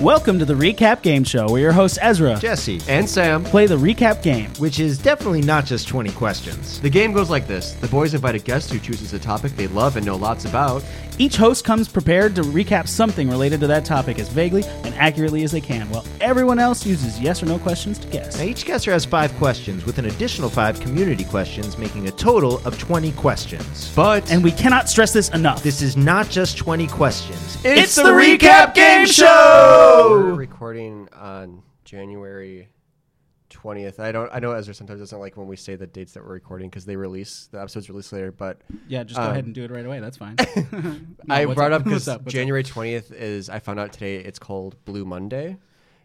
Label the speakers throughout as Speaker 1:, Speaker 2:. Speaker 1: Welcome to the Recap Game Show, where your hosts Ezra
Speaker 2: Jesse and Sam,
Speaker 1: play the recap game.
Speaker 2: which is definitely not just 20 questions.
Speaker 3: The game goes like this the boys invite a guest who chooses a topic they love and know lots about.
Speaker 1: Each host comes prepared to recap something related to that topic as vaguely and accurately as they can, while everyone else uses yes or no questions to guess.
Speaker 2: Now, each guesser has five questions, with an additional five community questions, making a total of 20 questions.
Speaker 3: But
Speaker 1: And we cannot stress this enough.
Speaker 2: This is not just 20 questions.
Speaker 1: It's the Recap Game Show!
Speaker 3: we're recording on January 20th. I don't I know Ezra sometimes doesn't like when we say the dates that we're recording because they release the episodes release later, but
Speaker 1: yeah, just go
Speaker 3: Um,
Speaker 1: ahead and do it right away. That's fine.
Speaker 3: I
Speaker 1: what's
Speaker 3: brought
Speaker 1: up?
Speaker 3: up
Speaker 1: What's
Speaker 3: because
Speaker 1: up? What's up?
Speaker 3: January 20th is, I found out today, it's called Blue Monday.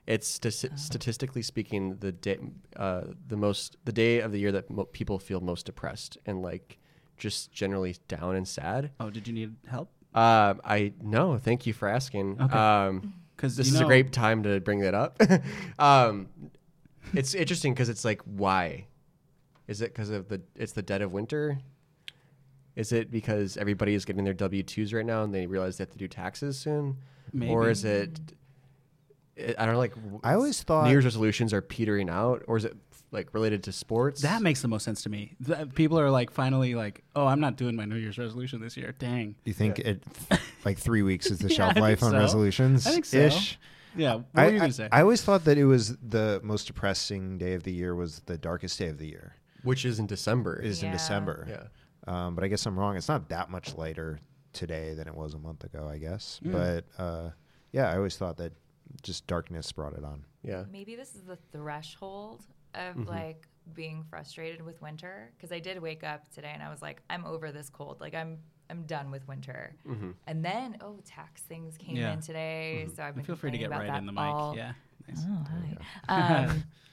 Speaker 3: It's sti-
Speaker 1: Oh.
Speaker 3: statistically speaking the day, uh, the most, the day of the year that mo- people feel most depressed and like just generally down and sad.
Speaker 1: oh, did you need help?
Speaker 3: Um, I no, thank you for asking. Um,
Speaker 1: Because
Speaker 3: this is a great time to bring that up. um, it's interesting because it's like, why? Is it because of the? It's the dead of winter. Is it because everybody is getting their W twos right now and they realize they have to do taxes soon, or
Speaker 1: Maybe.
Speaker 3: is it? I I don't know, like. w-
Speaker 2: I always thought-
Speaker 3: New Year's resolutions are petering out, or is it like related to sports?
Speaker 1: That makes the most sense to me. Th- people are like finally like, oh, I'm not doing my New Year's resolution this year. Dang.
Speaker 4: You think it like three weeks is the
Speaker 1: Yeah, I
Speaker 4: shelf
Speaker 1: think
Speaker 4: life on
Speaker 1: so.
Speaker 4: resolutions?
Speaker 1: I think so.
Speaker 4: Ish.
Speaker 1: Yeah. What
Speaker 4: I,
Speaker 1: were you
Speaker 4: I-
Speaker 1: gonna say?
Speaker 4: I always thought that it was the most depressing day of the year was the darkest day of the year
Speaker 3: which is in December.
Speaker 4: is in
Speaker 5: Yeah.
Speaker 4: December.
Speaker 3: yeah.
Speaker 4: Um, but I guess I'm wrong. It's not that much lighter today than it was a month ago. I guess. But uh, yeah, I always thought that just darkness brought it on.
Speaker 3: Yeah.
Speaker 5: Maybe this is the threshold of
Speaker 1: Mm-hmm.
Speaker 5: like being frustrated with winter because I did wake up today and I was like, I'm over this cold. Like I'm I'm done with winter. And then oh, tax things came
Speaker 1: Mm-hmm. Yeah. Mm-hmm.
Speaker 5: in today, so I've been
Speaker 1: Feel free to get
Speaker 5: complaining
Speaker 1: right
Speaker 5: about that
Speaker 1: in the
Speaker 5: all-
Speaker 1: mic. Yeah. Nice.
Speaker 5: Oh, hi.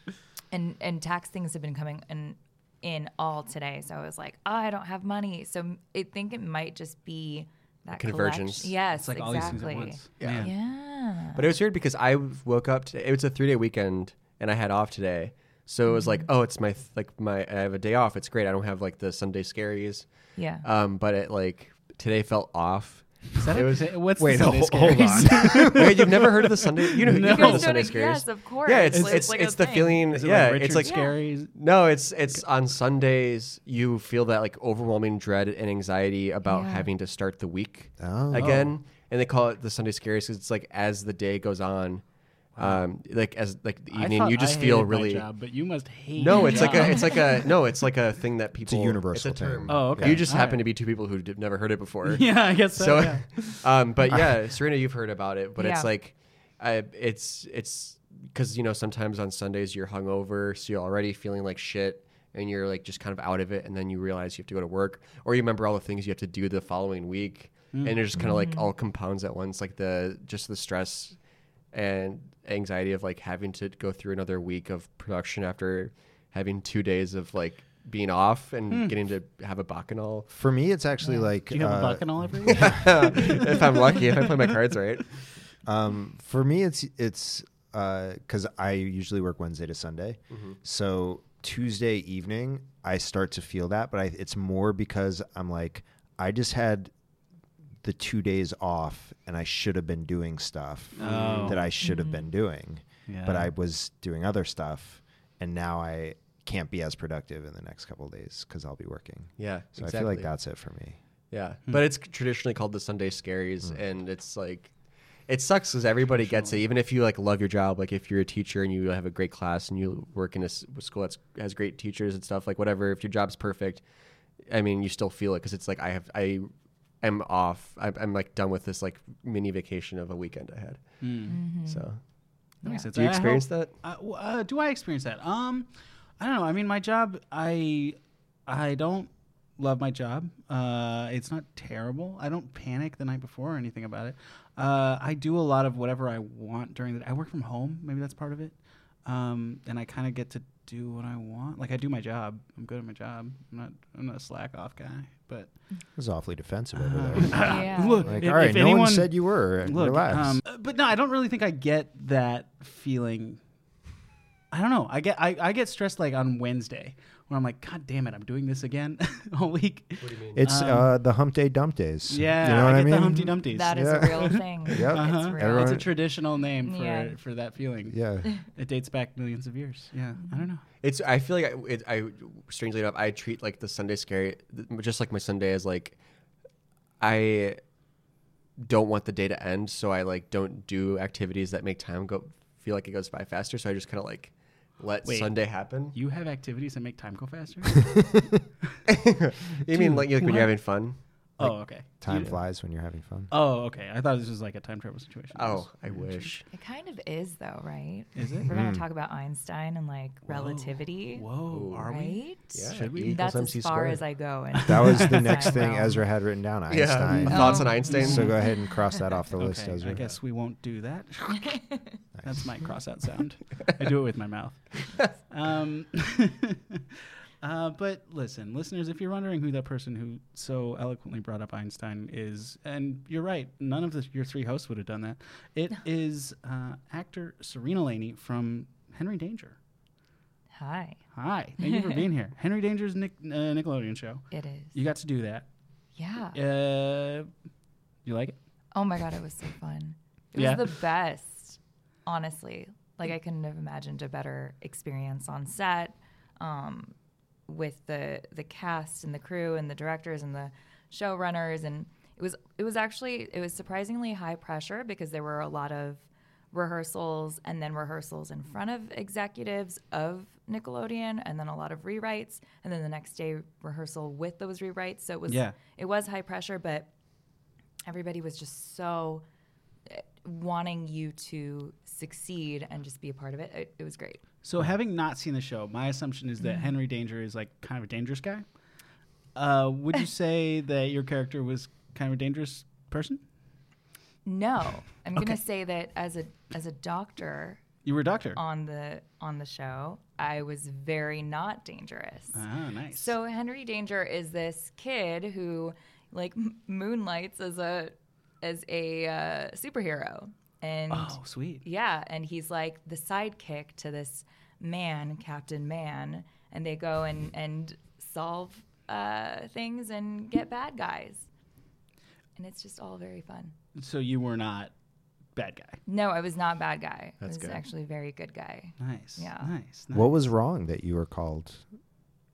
Speaker 5: Um, and and tax things have been coming in in all today. So I was like, oh, I don't have money. So m- I think it might just be that
Speaker 3: Convergence.
Speaker 5: collection- Yes,
Speaker 1: It's like all
Speaker 5: exactly.
Speaker 1: these things at once. Man.
Speaker 5: Yeah.
Speaker 3: But it was weird because I woke up today. It was a three day weekend, and I had off today, so it was
Speaker 1: Mm.
Speaker 3: like, oh, it's my th- like my I have a day off. It's great. I don't have like the Sunday scaries.
Speaker 5: Yeah.
Speaker 3: Um, but it like today felt off.
Speaker 1: Is that
Speaker 3: It
Speaker 1: a-
Speaker 3: was-
Speaker 1: what's
Speaker 4: wait,
Speaker 1: the Sunday
Speaker 4: ho- hold
Speaker 1: scaries?
Speaker 3: Wait, you've never heard of the Sunday? You know,
Speaker 1: No.
Speaker 3: you've heard of
Speaker 1: You
Speaker 3: the Sunday
Speaker 5: guys
Speaker 3: scaries.
Speaker 5: don't- yes, of course.
Speaker 3: Yeah, it's
Speaker 5: It's
Speaker 3: it's,
Speaker 5: like a
Speaker 3: it's the
Speaker 5: thing.
Speaker 3: feeling.
Speaker 1: Is it
Speaker 3: yeah,
Speaker 1: like
Speaker 3: it's
Speaker 1: Richard
Speaker 3: like
Speaker 1: scaries.
Speaker 3: no, it's it's on Sundays. You feel that like overwhelming dread and anxiety about
Speaker 5: Yeah.
Speaker 3: having to start the week
Speaker 4: Oh.
Speaker 3: again, and they call it the Sunday scaries because it's like as the day goes on, um, like as like the
Speaker 1: I
Speaker 3: evening,
Speaker 1: thought
Speaker 3: you just
Speaker 1: I
Speaker 3: feel
Speaker 1: hated my
Speaker 3: really.
Speaker 1: job, but you must hate.
Speaker 3: No,
Speaker 1: your
Speaker 3: it's like a
Speaker 1: job.
Speaker 3: it's like a no, it's like a thing that people.
Speaker 4: universal
Speaker 3: it's a
Speaker 4: thing.
Speaker 3: term.
Speaker 1: Oh, okay.
Speaker 3: You just
Speaker 1: All
Speaker 3: happen
Speaker 1: right.
Speaker 3: to be two people who have never heard it before.
Speaker 1: yeah, I guess so.
Speaker 3: So,
Speaker 1: yeah.
Speaker 3: um, but yeah, Serena, you've heard about it, but
Speaker 5: Yeah.
Speaker 3: it's like, I, it's it's because you know sometimes on Sundays you're hungover, so you're already feeling like shit, and you're like just kind of out of it, and then you realize you have to go to work, or you remember all the things you have to do the following week, and it just kind of like all compounds at once, like the just the stress and anxiety of like having to go through another week of production after having two days of like being off and getting to have a bacchanal
Speaker 4: For me, it's actually like
Speaker 1: Do you have a
Speaker 4: uh,
Speaker 1: buck and all every week?
Speaker 3: if i'm lucky if i play my cards right
Speaker 4: Um, for me, it's it's because I usually work Wednesday to Sunday, so Tuesday evening I start to feel that, but I, it's more because I'm like I just had the two days off, and I should have been doing stuff
Speaker 1: Oh.
Speaker 4: that I should have been doing, but
Speaker 1: Yeah.
Speaker 4: I was doing other stuff, and now I can't be as productive in the next couple of days because I'll be working.
Speaker 3: Yeah,
Speaker 4: So I feel like Hmm. that's it for me.
Speaker 3: Yeah, but it's traditionally called the Sunday Scaries,
Speaker 4: Hmm.
Speaker 3: and it's like, it sucks because everybody gets it. Even if you like love your job, like if you're a teacher and you have a great class and you work in a s- school that has great teachers and stuff, like whatever. If your job's perfect, I mean, you still feel it because it's like I have I am off. I'm, I'm like done with this like mini vacation of a weekend I had.
Speaker 4: Hmm.
Speaker 3: So,
Speaker 1: That makes sense.
Speaker 3: do
Speaker 1: I
Speaker 3: you
Speaker 1: hope-
Speaker 3: experience that?
Speaker 1: I- w- uh, do I experience that? Um, I don't know. I mean, my job, I, I don't love my job. Uh, it's not terrible. I don't panic the night before or anything about it. Uh, I do a lot of whatever I want during the day. I work from home. Maybe that's part of it. Um, and I kind of get to do what I want. Like I do my job. I'm good at my job. I'm not. I'm not a slack off guy. But
Speaker 4: It was awfully defensive over there.
Speaker 5: Yeah.
Speaker 1: Ah, look,
Speaker 4: Like,
Speaker 1: Uh-huh. if-
Speaker 4: all right,
Speaker 1: if
Speaker 4: no
Speaker 1: anyone
Speaker 4: one said you were. Relax.
Speaker 1: um, but no, I don't really think I get that feeling. I don't know. I get I, I get stressed like on Wednesday where I'm like, God damn it, I'm doing this again all week.
Speaker 3: What do you mean?
Speaker 4: It's
Speaker 1: Um,
Speaker 4: uh, the Hump Day Dump Days.
Speaker 1: Yeah,
Speaker 4: you know what
Speaker 1: I
Speaker 4: I,
Speaker 1: get
Speaker 4: mean.
Speaker 1: the Humpty Dumpties.
Speaker 5: That is
Speaker 4: Yeah.
Speaker 5: a real thing.
Speaker 4: Yep.
Speaker 1: Uh-huh.
Speaker 5: It's real.
Speaker 4: Everyone-
Speaker 1: It's a traditional name for
Speaker 5: Yeah.
Speaker 1: for that feeling.
Speaker 4: yeah,
Speaker 1: It dates back millions of years. Yeah, I don't know.
Speaker 3: It's. I feel like I, it, I. Strangely enough, I treat like the Sunday scary, just like my Sunday is like. I don't want the day to end, so I like don't do activities that make time go feel like it goes by faster. So I just kind of like let
Speaker 1: Wait.
Speaker 3: Sunday happen.
Speaker 1: You have activities that make time go faster.
Speaker 3: You mean like, like when
Speaker 1: what?
Speaker 3: you're having fun?
Speaker 1: oh, okay.
Speaker 4: time
Speaker 1: You-
Speaker 4: flies when you're having fun.
Speaker 1: Oh, okay. I thought this was like a time travel situation.
Speaker 3: Oh, I wish.
Speaker 5: It kind of is, though, right?
Speaker 1: Is it?
Speaker 5: We're gonna talk about Einstein and like relativity,
Speaker 1: Whoa,
Speaker 3: Ooh.
Speaker 1: are we?
Speaker 5: right?
Speaker 3: Yeah,
Speaker 1: Should we?
Speaker 3: E equals
Speaker 5: That's as
Speaker 3: MC
Speaker 5: far
Speaker 3: squared.
Speaker 5: as I go. in
Speaker 4: That was the
Speaker 5: Einstein
Speaker 4: next
Speaker 1: Um,
Speaker 4: thing
Speaker 5: realm.
Speaker 4: Ezra had written down.
Speaker 3: Yeah.
Speaker 4: Einstein.
Speaker 3: Thoughts
Speaker 5: Oh.
Speaker 3: on Einstein?
Speaker 4: So go ahead and cross that off the list,
Speaker 1: Okay,
Speaker 4: Ezra.
Speaker 1: I guess we won't do that. That's my cross out sound. I do it with my mouth. Um, uh, but listen, listeners, if you're wondering who that person who so eloquently brought up Einstein is, and you're right, none of the, your three hosts would have done that. It is uh, actor Serena Laney from Henry Danger.
Speaker 5: Hi,
Speaker 1: Hi, thank you for being here. Henry Danger's Nick, uh, Nickelodeon show.
Speaker 5: it is.
Speaker 1: You got to do that.
Speaker 5: Yeah.
Speaker 1: Uh, you like it?
Speaker 5: Oh my god, it was so fun. It
Speaker 1: Yeah.
Speaker 5: was the best, honestly. Like I couldn't have imagined a better experience on set, um, with the the cast and the crew and the directors and the showrunners and it was it was actually it was surprisingly high pressure because there were a lot of rehearsals and then rehearsals in front of executives of Nickelodeon and then a lot of rewrites and then the next day rehearsal with those rewrites. So it was
Speaker 1: Yeah.
Speaker 5: it was high pressure, but everybody was just so eh, wanting you to succeed and just be a part of it. It, it was great.
Speaker 1: So, having not seen the show, my assumption is
Speaker 4: Mm-hmm.
Speaker 1: that Henry Danger is like kind of a dangerous guy. Uh, would you say that your character was kind of a dangerous person?
Speaker 5: No, I'm gonna say that as a as a doctor
Speaker 1: You were a doctor.
Speaker 5: on the on the show, I was very not dangerous.
Speaker 1: Ah, nice.
Speaker 5: So Henry Danger is this kid who like m- moonlights as a as a uh, superhero and
Speaker 1: oh, sweet.
Speaker 5: Yeah, and he's like the sidekick to this man, Captain Man, and they go and and solve uh, things and get bad guys, and it's just all very fun.
Speaker 1: So you were not bad guy.
Speaker 5: No, I was not bad guy.
Speaker 3: That's
Speaker 5: I was
Speaker 3: good.
Speaker 5: actually a very good guy.
Speaker 1: Nice.
Speaker 5: Yeah.
Speaker 1: Nice. nice.
Speaker 4: What was wrong that you were called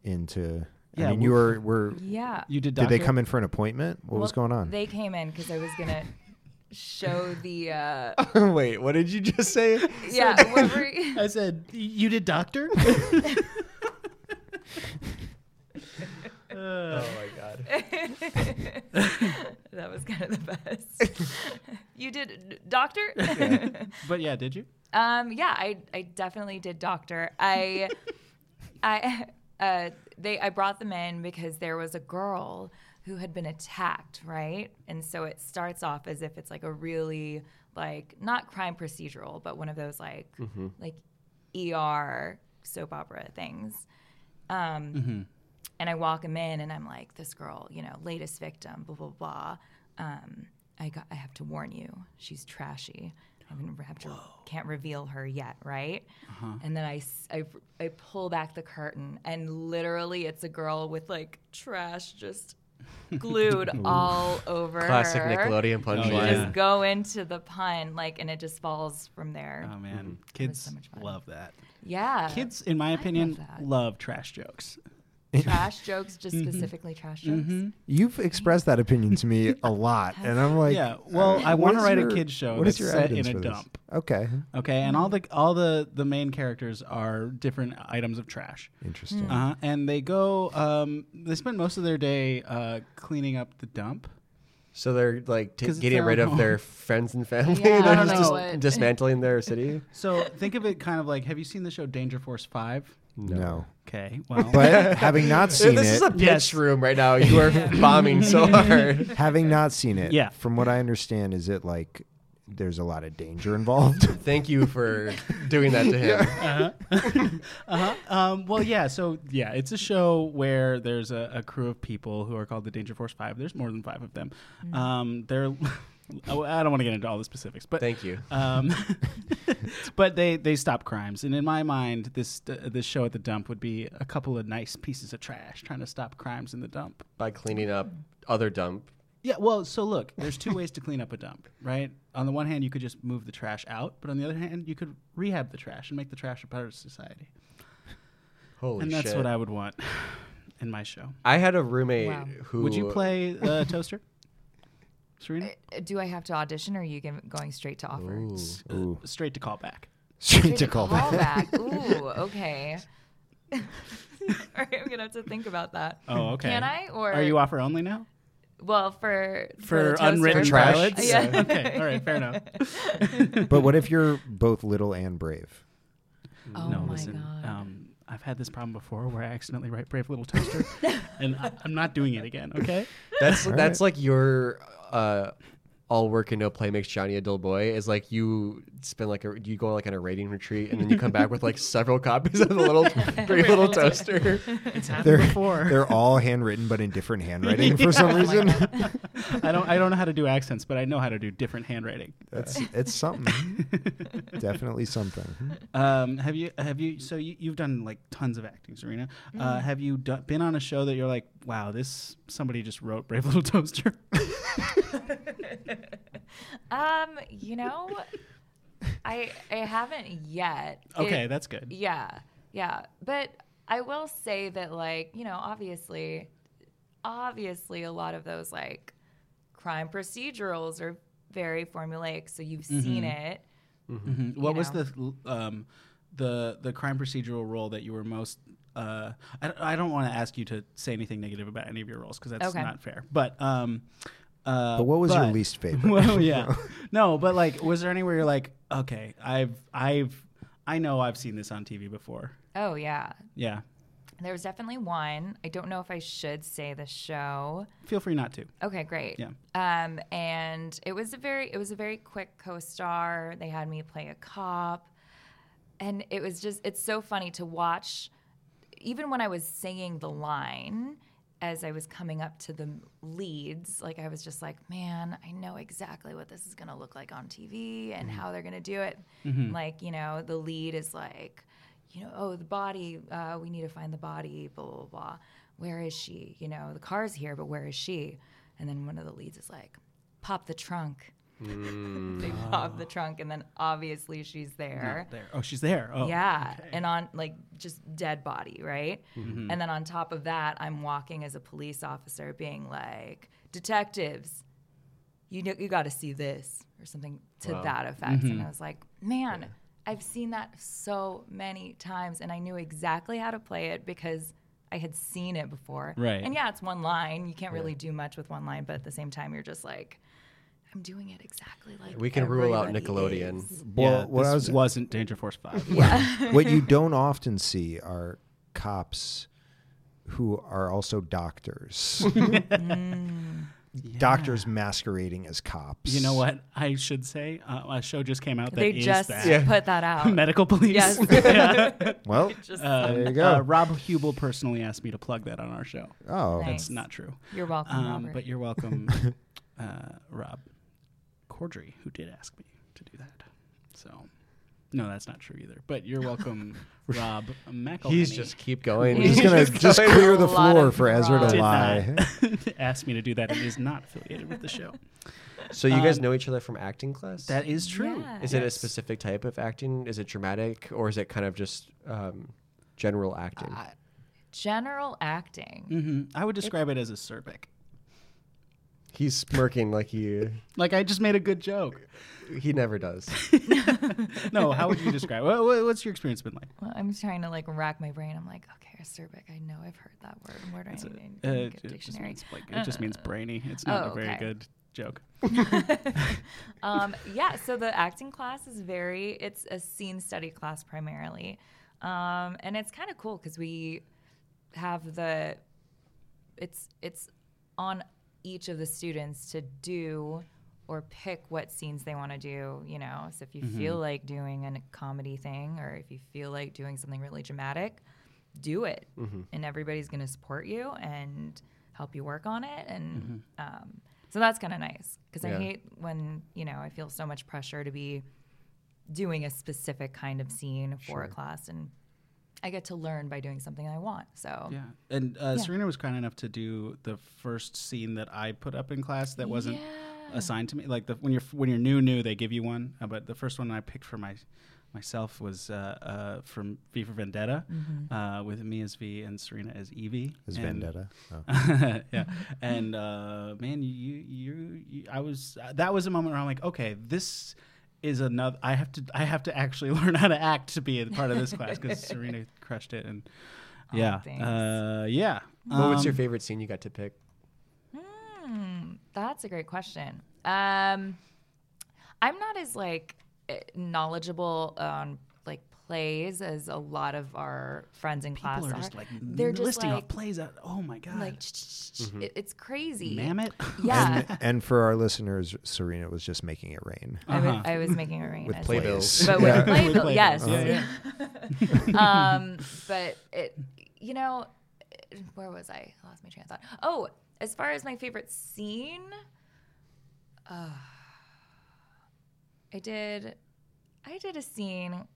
Speaker 4: into?
Speaker 1: Yeah,
Speaker 4: I mean, you were were.
Speaker 5: Yeah.
Speaker 1: you did?
Speaker 4: Did
Speaker 1: Doctor?
Speaker 4: they come in for an appointment? What was
Speaker 5: Well,
Speaker 4: going on?
Speaker 5: They came in because I was gonna show the uh,
Speaker 3: Wait, what did you just say?
Speaker 5: yeah. what were you-
Speaker 1: I said you did doctor.
Speaker 3: oh my god.
Speaker 5: that was kind of the best. you did doctor.
Speaker 1: but yeah, did you?
Speaker 5: Um, yeah, I, I definitely did doctor. I, I, uh, they, I brought them in because there was a girl who had been attacked, right? And so it starts off as if it's like a really like not crime procedural, but one of those like like ER soap opera things. Um, and I walk him in, and I'm like, "This girl, you know, latest victim, blah blah blah." Um, I got, I have to warn you, she's trashy. I haven't wrapped her, can't reveal her yet, right? And then I, s- I, I pull back the curtain, and literally, it's a girl with like trash just glued all over
Speaker 3: Classic
Speaker 5: her.
Speaker 3: Nickelodeon
Speaker 1: Oh,
Speaker 5: You
Speaker 3: punchline.
Speaker 1: yeah.
Speaker 5: just go into the pun, like, and it just falls from there.
Speaker 1: Oh
Speaker 4: Mm-hmm.
Speaker 1: man, kids
Speaker 5: so much fun.
Speaker 1: love that.
Speaker 5: yeah,
Speaker 1: Kids, in my opinion,
Speaker 5: that.
Speaker 1: love trash jokes.
Speaker 5: trash jokes, just
Speaker 1: Mm-hmm.
Speaker 5: specifically trash jokes.
Speaker 4: You've expressed that opinion to me a lot, and I'm like,
Speaker 1: Yeah, well,
Speaker 4: uh,
Speaker 1: I
Speaker 4: what
Speaker 1: wanna
Speaker 4: is
Speaker 1: write a
Speaker 4: your-
Speaker 1: kid's show
Speaker 4: What
Speaker 1: that's
Speaker 4: is your
Speaker 1: set
Speaker 4: evidence
Speaker 1: in a
Speaker 4: for this?
Speaker 1: dump.
Speaker 4: Okay,
Speaker 1: Okay, and all the all the the main characters are different items of trash.
Speaker 4: interesting.
Speaker 1: Uh-huh. And they go. Um, they spend most of their day uh, cleaning up the dump.
Speaker 3: So they're like t-
Speaker 1: 'Cause it's
Speaker 3: getting
Speaker 1: their
Speaker 3: rid of
Speaker 1: home.
Speaker 3: their friends and family.
Speaker 5: Yeah, I
Speaker 3: they're
Speaker 5: don't
Speaker 3: just
Speaker 5: know
Speaker 3: dis-
Speaker 5: what-
Speaker 3: dismantling their city.
Speaker 1: So think of it kind of like: Have you seen the show Danger Force Five?
Speaker 4: No,
Speaker 1: Okay, well,
Speaker 4: but having not seen
Speaker 3: this
Speaker 4: it,
Speaker 3: is a pitch
Speaker 1: Yes.
Speaker 3: room right now. You are bombing so hard.
Speaker 4: having not seen it,
Speaker 1: Yeah.
Speaker 4: From what I understand, is it like there's a lot of danger involved?
Speaker 3: Thank you for doing that to him.
Speaker 1: um, well, yeah. So yeah, it's a show where Mm. there's a, a crew of people who are called the Danger Force Five. There's more than five of them. Um, they're I I don't want to get into all the specifics, but
Speaker 3: Thank you.
Speaker 1: Um, but they they stop crimes, and in my mind, this uh, this show at the dump would be a couple of nice pieces of trash trying to stop crimes in the dump.
Speaker 3: By cleaning up other dump.
Speaker 1: Yeah, well, so look, there's two ways to clean up a dump, right? On the one hand, you could just move the trash out, but on the other hand, you could rehab the trash and make the trash a part of society,
Speaker 3: Holy
Speaker 1: and that's
Speaker 3: shit.
Speaker 1: what I would want in my show.
Speaker 3: I had a roommate
Speaker 5: Wow.
Speaker 3: who
Speaker 1: Would you play uh, Toaster, Serena?
Speaker 5: Uh, Do I have to audition or are you give- going straight to offer?
Speaker 4: Ooh.
Speaker 1: Straight to call back.
Speaker 4: Straight
Speaker 5: Did
Speaker 4: to
Speaker 5: a
Speaker 4: call back.
Speaker 5: callback. Ooh, okay. All right, I'm going to have to think about that.
Speaker 1: Oh, okay.
Speaker 5: Can I? Or
Speaker 1: Are you offer only now?
Speaker 5: Well, for
Speaker 1: for,
Speaker 5: the toaster.
Speaker 1: unwritten
Speaker 3: trash.
Speaker 1: pilots.
Speaker 5: Yeah.
Speaker 1: okay. All right. Fair enough.
Speaker 4: But what if you're both little and brave?
Speaker 5: Oh
Speaker 1: no,
Speaker 5: my
Speaker 1: listen.
Speaker 5: god.
Speaker 1: Um, I've had this problem before where I accidentally write "Brave Little Toaster," and I, I'm not doing it again. Okay.
Speaker 3: That's that's like your uh, all work and no play makes Johnny a dull boy. Is like you spend like a you go like on a rating retreat and then you come back with like several copies of the little brave little toaster.
Speaker 1: It's happened
Speaker 4: They're-
Speaker 1: before.
Speaker 4: They're all handwritten, but in different handwriting for some
Speaker 5: Oh my
Speaker 4: reason.
Speaker 5: God.
Speaker 1: I don't. I don't know how to do accents, but I know how to do different handwriting.
Speaker 4: That's it's something. Definitely something.
Speaker 1: Um, have you? Have you? So you, you've done like tons of acting, Serena.
Speaker 5: Mm-hmm.
Speaker 1: Uh, have you do, been on a show that you're like, wow, this somebody just wrote "Brave Little Toaster"?
Speaker 5: Um, you know, I I haven't yet. It-
Speaker 1: Okay, that's good.
Speaker 5: yeah, yeah. But I will say that, like, you know, obviously, obviously, a lot of those like crime procedurals are very formulaic. So you've seen it.
Speaker 1: Mhm. What was
Speaker 5: know?
Speaker 1: the um, the the crime procedural role that you were most? Uh, I, I don't want to ask you to say anything negative about any of your roles because that's
Speaker 5: Okay.
Speaker 1: not fair. But um, uh,
Speaker 4: But what was your
Speaker 1: but-
Speaker 4: least favorite?
Speaker 1: well, yeah, no, but like, was there anywhere you're like, okay, I've I've I know I've seen this on TV before.
Speaker 5: Oh yeah,
Speaker 1: Yeah,
Speaker 5: there was definitely one. I don't know if I should say the show.
Speaker 1: feel free not to.
Speaker 5: Okay, great.
Speaker 1: Yeah.
Speaker 5: Um, and it was a very it was a very quick co-star. They had me play a cop, and it was just it's so funny to watch. Even when I was singing the line, as I was coming up to the leads, like I was just like, man, I know exactly what this is gonna look like on TV and how they're gonna do it. Like you know, the lead is like, you know, oh the body, uh, we need to find the body, blah blah blah. Where is she? You know, the car's here, but where is she? And then one of the leads is like, pop the trunk. they pop the trunk, and then obviously she's there.
Speaker 1: There. Oh, she's there. Oh,
Speaker 5: Yeah, and on like just dead body, right?
Speaker 1: Hmm.
Speaker 5: And then on top of that, I'm walking as a police officer, being like, detectives, you know, you got to see this or something to that effect.
Speaker 1: Mm-hmm.
Speaker 5: And I was like, man, I've seen that so many times, and I knew exactly how to play it because I had seen it before.
Speaker 1: Right.
Speaker 5: And yeah, it's one line. You can't really do much with one line, but at the same time, you're just like. I'm doing it exactly like
Speaker 3: We can rule out
Speaker 5: everybody
Speaker 3: Nickelodeon.
Speaker 5: is."
Speaker 4: Well,
Speaker 1: Yeah,
Speaker 4: what
Speaker 1: this
Speaker 4: I was
Speaker 1: wasn't Danger Force Five.
Speaker 4: what you don't often see are cops who are also doctors. Doctors masquerading as cops.
Speaker 1: You know what I should say? Uh, a show just came out. That
Speaker 5: They
Speaker 1: is
Speaker 5: just
Speaker 1: that.
Speaker 5: put that out.
Speaker 1: medical police.
Speaker 5: Yes.
Speaker 1: Yeah.
Speaker 4: Well,
Speaker 5: Just-
Speaker 4: there you
Speaker 1: Uh,
Speaker 4: go.
Speaker 1: Rob Hubel personally asked me to plug that on our show.
Speaker 4: oh,
Speaker 5: Nice.
Speaker 1: It's not true.
Speaker 5: You're welcome,
Speaker 1: Um,
Speaker 5: Robert.
Speaker 1: but you're welcome, uh, Rob Cordry, who did ask me to do that. So, no, that's not true either. But you're welcome, Rob McElhenney.
Speaker 3: He's just keep going.
Speaker 4: He's gonna just
Speaker 5: going
Speaker 4: clear
Speaker 5: a
Speaker 4: the
Speaker 5: lot
Speaker 4: floor
Speaker 5: of
Speaker 4: for Ezra
Speaker 5: broad.
Speaker 4: to
Speaker 1: did
Speaker 4: lie.
Speaker 1: not ask me to do that. It is not affiliated with the show.
Speaker 3: So you
Speaker 1: uh,
Speaker 3: guys know each other from acting class?
Speaker 1: That is true.
Speaker 5: Yeah.
Speaker 3: is it a specific type of acting? Is it dramatic or is it kind of just um, general acting?
Speaker 5: General acting.
Speaker 1: hmm I would describe it as acerbic.
Speaker 3: He's smirking like he
Speaker 1: Like I just made a good joke.
Speaker 3: he never does.
Speaker 1: No, how would you describe? What, what- what's your experience been like?
Speaker 5: Well, I'm trying to like rack my brain. I'm like, okay, acerbic. I know I've heard that word. Where do I need need to
Speaker 1: Uh,
Speaker 5: make
Speaker 1: it
Speaker 5: a
Speaker 1: just
Speaker 5: dictionary?
Speaker 1: means, like, it just means brainy. It's not
Speaker 5: Oh,
Speaker 1: a very
Speaker 5: okay.
Speaker 1: good joke.
Speaker 5: um, yeah, so the acting class is very, it's a scene study class primarily. Um, and it's kind of cool because we have the, it's, it's on each of the students to do or pick what scenes they want to do, you know. So if you feel like doing a comedy thing or if you feel like doing something really dramatic, do it. And everybody's going to support you and help you work on it. And, um, So that's kind of nice because
Speaker 3: Yeah.
Speaker 5: I hate when, you know, I feel so much pressure to be doing a specific kind of scene for a class and I get to learn by doing something I want. So
Speaker 1: Yeah. And uh, Serena was kind enough to do the first scene that I put up in class that wasn't assigned to me. Like the, when you're when you're new, new they give you one. Uh, but the first one I picked for my myself was uh, uh, from V for Vendetta,
Speaker 5: Mm-hmm.
Speaker 1: uh, with me as V and Serena as Evie.
Speaker 4: Is
Speaker 1: And-
Speaker 4: Vendetta? Oh.
Speaker 1: yeah, and uh, man, you, you, you, I was. That was a moment where I'm like, okay, this is another. I have to, I have to actually learn how to act to be a part of this class because Serena crushed it, and yeah,
Speaker 5: thanks.
Speaker 1: uh, yeah.
Speaker 3: What was your
Speaker 1: Um,
Speaker 3: favorite scene you got to pick?
Speaker 5: Hmm, that's a great question. Um, I'm not as like eh, knowledgeable on like plays as a lot of our friends in class
Speaker 1: People
Speaker 5: are.
Speaker 1: are just like
Speaker 5: They're just
Speaker 1: listing
Speaker 5: like,
Speaker 1: off plays. Out. Oh my god,
Speaker 5: like
Speaker 1: Mm-hmm.
Speaker 5: it- it's crazy.
Speaker 1: mammoth.
Speaker 5: Yeah,
Speaker 4: And, and for our listeners, Serena was just making it rain.
Speaker 5: I,
Speaker 1: Uh-huh.
Speaker 5: was, I was making a rain
Speaker 4: With
Speaker 5: as well.
Speaker 3: Playbills.
Speaker 5: but with
Speaker 4: Yeah.
Speaker 5: Playbill,
Speaker 1: Playbill,
Speaker 5: yes.
Speaker 1: yeah,
Speaker 5: um, but it, you know, it- where was I? I lost my train of thought. Oh, as far as my favorite scene, uh, I did, I did a scene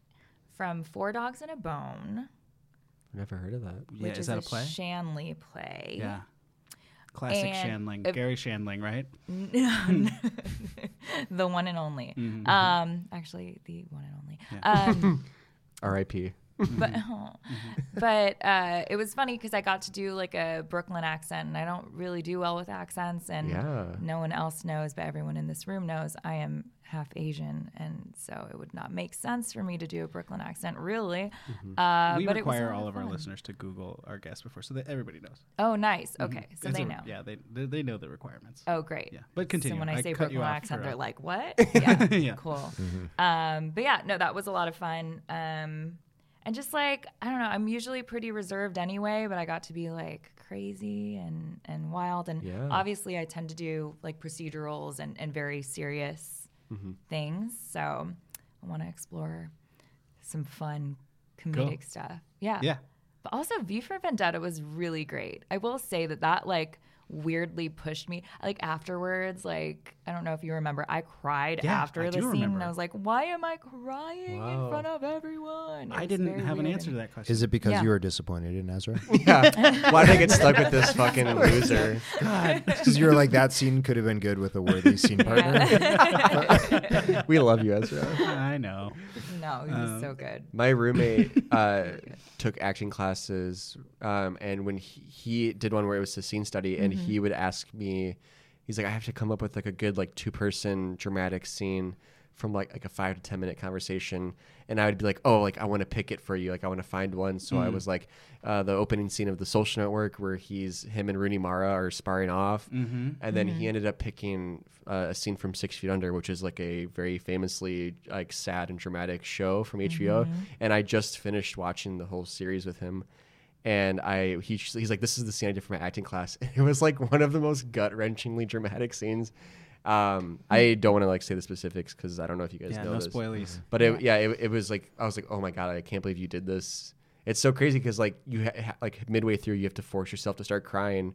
Speaker 5: from Four Dogs and a Bone,
Speaker 3: I've never heard of that.
Speaker 1: yeah,
Speaker 5: which
Speaker 1: is,
Speaker 5: is,
Speaker 1: that
Speaker 5: a,
Speaker 1: a play?
Speaker 5: Shanley play.
Speaker 1: yeah, classic
Speaker 5: And
Speaker 1: Shandling,
Speaker 5: if-
Speaker 1: Gary Shandling, right?
Speaker 5: the one and only.
Speaker 1: Mm-hmm.
Speaker 5: Um, actually, the one and only. Um,
Speaker 3: R.I.P.
Speaker 5: but
Speaker 1: Mm-hmm.
Speaker 5: aw. but uh, it was funny because I got to do like a Brooklyn accent, and I don't really do well with accents, and
Speaker 3: Yeah.
Speaker 5: no one else knows, but everyone in this room knows I am half Asian, and so it would not make sense for me to do a Brooklyn accent, really. Uh,
Speaker 1: Mm-hmm. we
Speaker 5: but it was a
Speaker 1: require
Speaker 5: lot
Speaker 1: all of our
Speaker 5: fun.
Speaker 1: listeners to Google our guests before, so that everybody knows.
Speaker 5: Oh, nice. Okay, so
Speaker 1: It's
Speaker 5: they
Speaker 1: a-
Speaker 5: know.
Speaker 1: Mm-hmm. Yeah, they, they they know the requirements.
Speaker 5: Oh, great.
Speaker 1: Yeah, but continue.
Speaker 5: So when I, say
Speaker 1: cut you
Speaker 5: Brooklyn
Speaker 1: off
Speaker 5: accent,
Speaker 1: for,
Speaker 5: they're
Speaker 1: uh,
Speaker 5: like, "What?" Yeah,
Speaker 1: Yeah.
Speaker 5: cool. Um, but yeah, no, that was a lot of fun. Um, and just like I don't know, I'm usually pretty reserved anyway, but I got to be like crazy and and wild, and
Speaker 3: Yeah.
Speaker 5: obviously I tend to do like procedurals and and very serious
Speaker 1: Mm-hmm.
Speaker 5: things. So I want to explore some fun comedic stuff. Yeah.
Speaker 1: yeah.
Speaker 5: But also, V for Vendetta was really great. I will say that that like weirdly pushed me. Like afterwards, like I don't know if you remember, I cried
Speaker 1: Yeah,
Speaker 5: after
Speaker 1: I
Speaker 5: the
Speaker 1: do
Speaker 5: scene, and
Speaker 1: remember.
Speaker 5: I was like, "Why am I crying
Speaker 3: Wow.
Speaker 5: in front of everyone?" It
Speaker 1: I
Speaker 5: was
Speaker 1: didn't
Speaker 5: very
Speaker 1: have an
Speaker 5: weird.
Speaker 1: answer to that question.
Speaker 4: Is it because
Speaker 5: Yeah.
Speaker 4: you were disappointed in Ezra?
Speaker 3: Yeah. Why did I get stuck with this fucking loser?
Speaker 4: Because you were like, that scene could have been good with a worthy scene partner.
Speaker 3: We love you, Ezra.
Speaker 1: I know.
Speaker 5: No, he was
Speaker 1: Um,
Speaker 5: so good.
Speaker 3: My roommate uh, took acting classes, um, and when he, he did one where it was a scene study, and he would ask me, he's like, I have to come up with like a good like two person dramatic scene from like like a five to ten minute conversation, and I would be like, oh, like I want to pick it for you, like I want to find one. So I was like, uh, the opening scene of The Social Network where he's him and Rooney Mara are sparring off,
Speaker 1: Mm-hmm.
Speaker 3: and then he ended up picking uh, a scene from Six Feet Under, which is like a very famously like sad and dramatic show from HBO. And I just finished watching the whole series with him, and I he, he's like, "This is the scene I did for my acting class." It was like one of the most gut wrenchingly dramatic scenes. Um, I don't want to like say the specifics because I don't know if you guys
Speaker 1: Mm. Yeah,
Speaker 3: know
Speaker 1: no
Speaker 3: this.
Speaker 1: spoilies.
Speaker 3: But it, yeah, it, it was like I was like, oh my god, I can't believe you did this. It's so crazy because like you ha- ha- like midway through, you have to force yourself to start crying,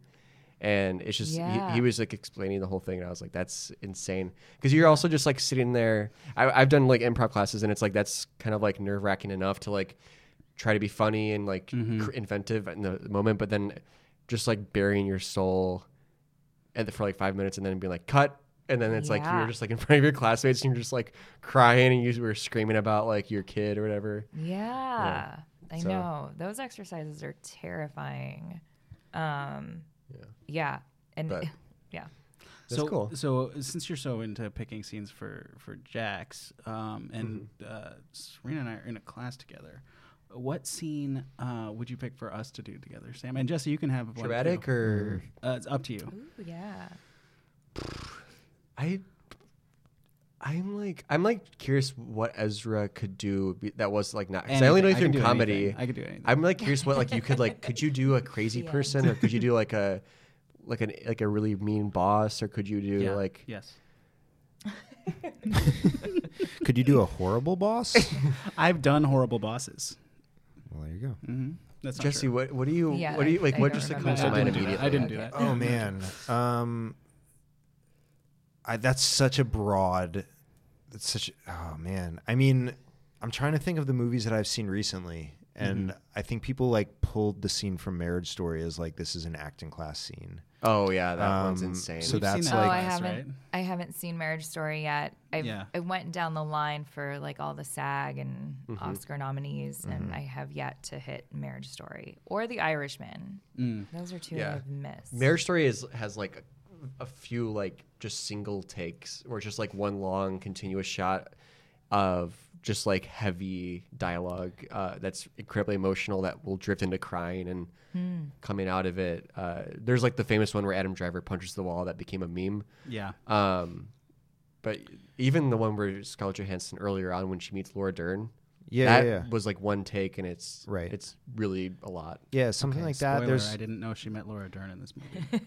Speaker 3: and it's just
Speaker 5: Yeah.
Speaker 3: he, he was like explaining the whole thing, and I was like, that's insane because you're also just like sitting there. I, I've done like improv classes, and it's like that's kind of like nerve wracking enough to like try to be funny and like cr- inventive in the moment, but then just like burying your soul at the, for like five minutes and then being like cut and then it's like
Speaker 5: Yeah.
Speaker 3: you're just like in front of your classmates and you're just like crying and you were screaming about like your kid or whatever
Speaker 5: Yeah, I
Speaker 3: So-
Speaker 5: know those exercises are terrifying. Um, yeah, and
Speaker 3: But-
Speaker 5: yeah,
Speaker 3: That's
Speaker 1: so,
Speaker 3: cool.
Speaker 1: So since you're so into picking scenes for for Jax, um, and
Speaker 3: Mm-hmm.
Speaker 1: uh, Serena and I are in a class together, what scene uh, would you pick for us to do together, Sam and Jesse? You can have one
Speaker 3: dramatic
Speaker 1: too.
Speaker 3: or
Speaker 1: Uh, it's up to you.
Speaker 5: Ooh, yeah.
Speaker 3: i i'm like i'm like curious what ezra could do be- that was like not because i only know you
Speaker 1: Anything.
Speaker 3: through
Speaker 1: can do
Speaker 3: comedy
Speaker 1: anything. I could do anything.
Speaker 3: i'm like curious what like you could like could you do a crazy
Speaker 5: Yeah.
Speaker 3: person or could you do like a like an like a really mean boss or could you do
Speaker 1: yeah.
Speaker 3: like
Speaker 1: yes.
Speaker 4: could you do a horrible boss?
Speaker 1: I've done horrible bosses. Mm-hmm.
Speaker 4: Well, there you go.
Speaker 1: That's not
Speaker 3: jesse
Speaker 1: true.
Speaker 3: what what do you
Speaker 5: Yeah,
Speaker 3: what do you like
Speaker 5: I
Speaker 3: what
Speaker 5: don't
Speaker 3: just like
Speaker 5: remember
Speaker 3: comes
Speaker 1: I
Speaker 3: to
Speaker 5: that.
Speaker 3: mind
Speaker 1: didn't do
Speaker 3: immediately
Speaker 1: that. I didn't do that.
Speaker 4: Oh man. Um, I, that's such a broad. That's such. Oh man. I mean, I'm trying to think of the movies that I've seen recently, and
Speaker 3: Mm-hmm.
Speaker 4: I think people like pulled the scene from Marriage Story as like this is an acting class scene.
Speaker 3: Oh yeah, that one's
Speaker 4: Um,
Speaker 3: insane.
Speaker 4: so
Speaker 1: We've
Speaker 4: that's
Speaker 1: seen
Speaker 5: Oh,
Speaker 1: that
Speaker 4: like-
Speaker 1: class,
Speaker 5: I haven't.
Speaker 1: right?
Speaker 5: I haven't seen Marriage Story yet. I
Speaker 1: Yeah.
Speaker 5: I went down the line for like all the SAG and
Speaker 3: Mm-hmm.
Speaker 5: Oscar nominees, and I have yet to hit Marriage Story or The Irishman.
Speaker 1: Mm.
Speaker 5: Those are two
Speaker 3: Yeah.
Speaker 5: I've missed.
Speaker 3: Marriage Story is has like a, a few like just single takes or just like one long continuous shot of just like heavy dialogue uh, that's incredibly emotional that will drift into crying and coming out of it. Uh, there's like the famous one where Adam Driver punches the wall that became a meme.
Speaker 1: Yeah.
Speaker 3: Um, but even the one where Scarlett Johansson earlier on when she meets Laura Dern,
Speaker 4: Yeah,
Speaker 3: that
Speaker 4: yeah, yeah.
Speaker 3: was like one take and it's
Speaker 4: Right.
Speaker 3: It's really a lot.
Speaker 4: Yeah, something like that.
Speaker 1: Spoiler,
Speaker 4: There's,
Speaker 1: I didn't know she met Laura Dern in this movie.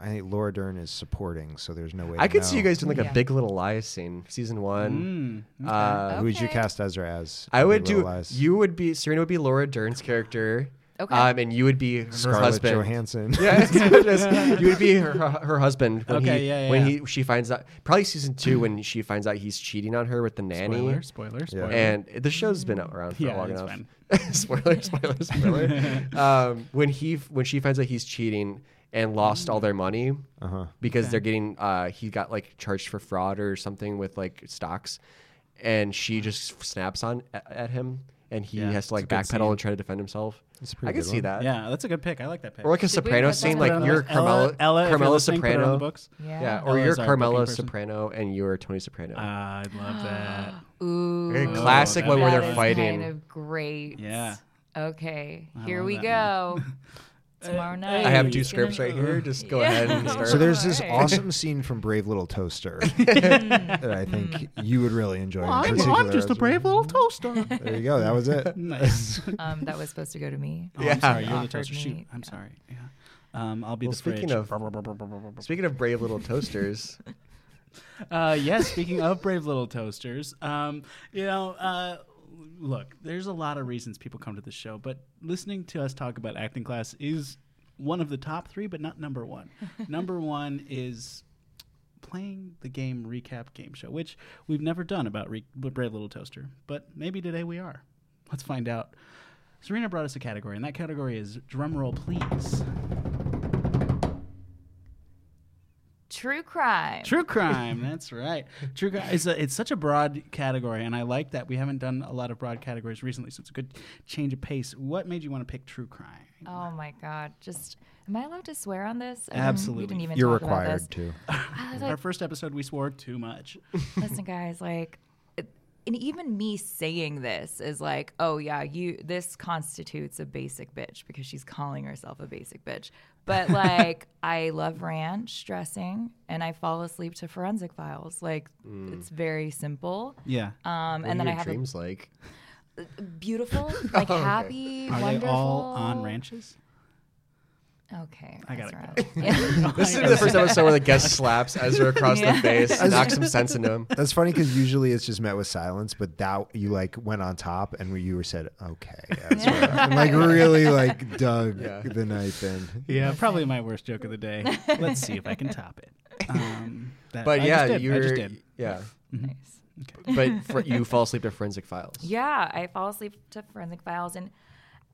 Speaker 4: I think Laura Dern is supporting, so there's no way.
Speaker 3: I
Speaker 4: to
Speaker 3: could see
Speaker 4: know.
Speaker 3: you guys doing like
Speaker 5: Yeah.
Speaker 3: a Big Little Lies scene, season one.
Speaker 1: Mm, okay.
Speaker 3: Uh,
Speaker 4: Who would you
Speaker 5: Okay.
Speaker 4: cast Ezra as?
Speaker 3: I
Speaker 4: in
Speaker 3: would
Speaker 4: Little
Speaker 3: do.
Speaker 4: Lies?
Speaker 3: You would be Serena would be Laura Dern's character.
Speaker 5: Okay.
Speaker 3: Um, and you would be her
Speaker 4: Scarlett
Speaker 3: husband.
Speaker 4: Johansson.
Speaker 3: Yeah, it's good, it's- you would be her, her husband when
Speaker 1: Okay,
Speaker 3: he
Speaker 1: yeah, yeah,
Speaker 3: when
Speaker 1: yeah.
Speaker 3: he she finds out probably season two when she finds out he's cheating on her with the nanny.
Speaker 1: spoiler, spoiler, spoiler.
Speaker 3: And the show's been around for
Speaker 1: Yeah,
Speaker 3: long
Speaker 1: it's
Speaker 3: enough. spoiler, spoiler, spoiler. um, when he when she finds out he's cheating and lost all their money
Speaker 4: Uh-huh.
Speaker 3: because they're getting uh, he got like charged for fraud or something with like stocks, and she just snaps on at, at him and he
Speaker 1: Yeah,
Speaker 3: has to like
Speaker 1: it's a good
Speaker 3: backpedal and try to defend himself.
Speaker 4: It's a pretty
Speaker 3: I could
Speaker 4: good
Speaker 3: see
Speaker 4: one.
Speaker 3: that.
Speaker 1: yeah, that's a good pick. I like that pick.
Speaker 3: Or like a
Speaker 5: Should we
Speaker 3: Soprano
Speaker 5: put that
Speaker 3: scene,
Speaker 5: on
Speaker 3: like
Speaker 5: the
Speaker 3: you're
Speaker 5: list?
Speaker 3: Carmela,
Speaker 1: Ella, if you're
Speaker 3: Carmela
Speaker 1: listening, put it on
Speaker 3: Soprano.
Speaker 1: the books.
Speaker 5: Yeah.
Speaker 3: Yeah, or
Speaker 1: Ella
Speaker 3: you're
Speaker 1: is our
Speaker 3: Carmela
Speaker 1: booking person.
Speaker 3: Soprano and you're Tony Soprano.
Speaker 1: Ah, I'd
Speaker 5: Uh,
Speaker 1: love that.
Speaker 5: Ooh.
Speaker 3: Very classic
Speaker 1: Oh, that
Speaker 3: one where
Speaker 1: is
Speaker 5: that
Speaker 3: they're
Speaker 5: is
Speaker 3: fighting.
Speaker 5: Kind of great.
Speaker 1: Yeah.
Speaker 5: Okay.
Speaker 1: I
Speaker 5: Here
Speaker 1: love
Speaker 5: we
Speaker 1: that
Speaker 5: go. Tomorrow night.
Speaker 3: I have
Speaker 5: Gonna-
Speaker 3: two scripts right here. Just go
Speaker 5: Yeah.
Speaker 3: ahead and start.
Speaker 4: So there's this
Speaker 5: Alright.
Speaker 4: awesome scene from Brave Little Toaster that I think you would really enjoy. in particular, Ezra.
Speaker 1: little toaster.
Speaker 4: There you go. That was it.
Speaker 1: nice.
Speaker 5: Um, that was supposed to go to me.
Speaker 1: Oh,
Speaker 3: Yeah.
Speaker 1: I'm sorry. You're the
Speaker 5: Offered
Speaker 1: toaster.
Speaker 5: me-
Speaker 1: Shoot. I'm sorry. Yeah. Um, I'll be
Speaker 3: Well,
Speaker 1: the fridge.
Speaker 3: speaking of- Speaking of brave little toasters,
Speaker 1: uh, yeah, speaking of brave little toasters, um, you know, uh, look, there's a lot of reasons people come to the show, but listening to us talk about acting class is one of the top three, but not number one. number one is playing the game recap game show, which we've never done about re- Brave Little Toaster, but maybe today we are. Let's find out. Serena brought us a category, and that category is drumroll, please.
Speaker 5: True crime.
Speaker 1: True crime. That's right. True crime. It's, a, it's such a broad category, and I like that we haven't done a lot of broad categories recently, so it's a good change of pace. What made you want to pick true crime?
Speaker 5: Oh my God! Just am I allowed to swear on this? I
Speaker 1: Absolutely.
Speaker 5: Didn't, we didn't even
Speaker 4: You're
Speaker 5: talk About this.
Speaker 4: required to.
Speaker 5: I was
Speaker 1: Our
Speaker 5: like,
Speaker 1: first episode, we swore too much.
Speaker 5: listen, guys, like, it- and even me saying this is like, oh yeah, you. This constitutes a basic bitch because she's calling herself a basic bitch. But like, I love ranch dressing, and I fall asleep to forensic files. Like, it's very simple.
Speaker 1: Yeah.
Speaker 3: Mm.
Speaker 5: Um,
Speaker 3: what
Speaker 5: and
Speaker 3: are
Speaker 5: then I
Speaker 3: your
Speaker 5: have
Speaker 3: dreams Oh, like?
Speaker 5: a beautiful, like happy,
Speaker 1: Are
Speaker 5: wonderful.
Speaker 1: they all on ranches?
Speaker 5: Okay,
Speaker 1: I
Speaker 5: that's
Speaker 1: gotta
Speaker 5: right.
Speaker 1: go.
Speaker 5: Yeah.
Speaker 3: This is the first episode where the guest slaps Ezra across
Speaker 5: Yeah.
Speaker 3: the face, knocks some sense into him.
Speaker 4: That's funny because usually it's just met with silence, but that you like went on top and you were said okay, Ezra," and like really like dug
Speaker 3: Yeah.
Speaker 4: the knife in.
Speaker 1: Yeah, probably my worst joke of the day. Let's see if I can top it. Um, that,
Speaker 3: But
Speaker 1: I
Speaker 3: yeah,
Speaker 1: just did.
Speaker 3: you're
Speaker 1: I just did.
Speaker 3: yeah.
Speaker 5: Nice.
Speaker 3: Mm-hmm. But for, you fall asleep to forensic files.
Speaker 5: Yeah, I fall asleep to forensic files. And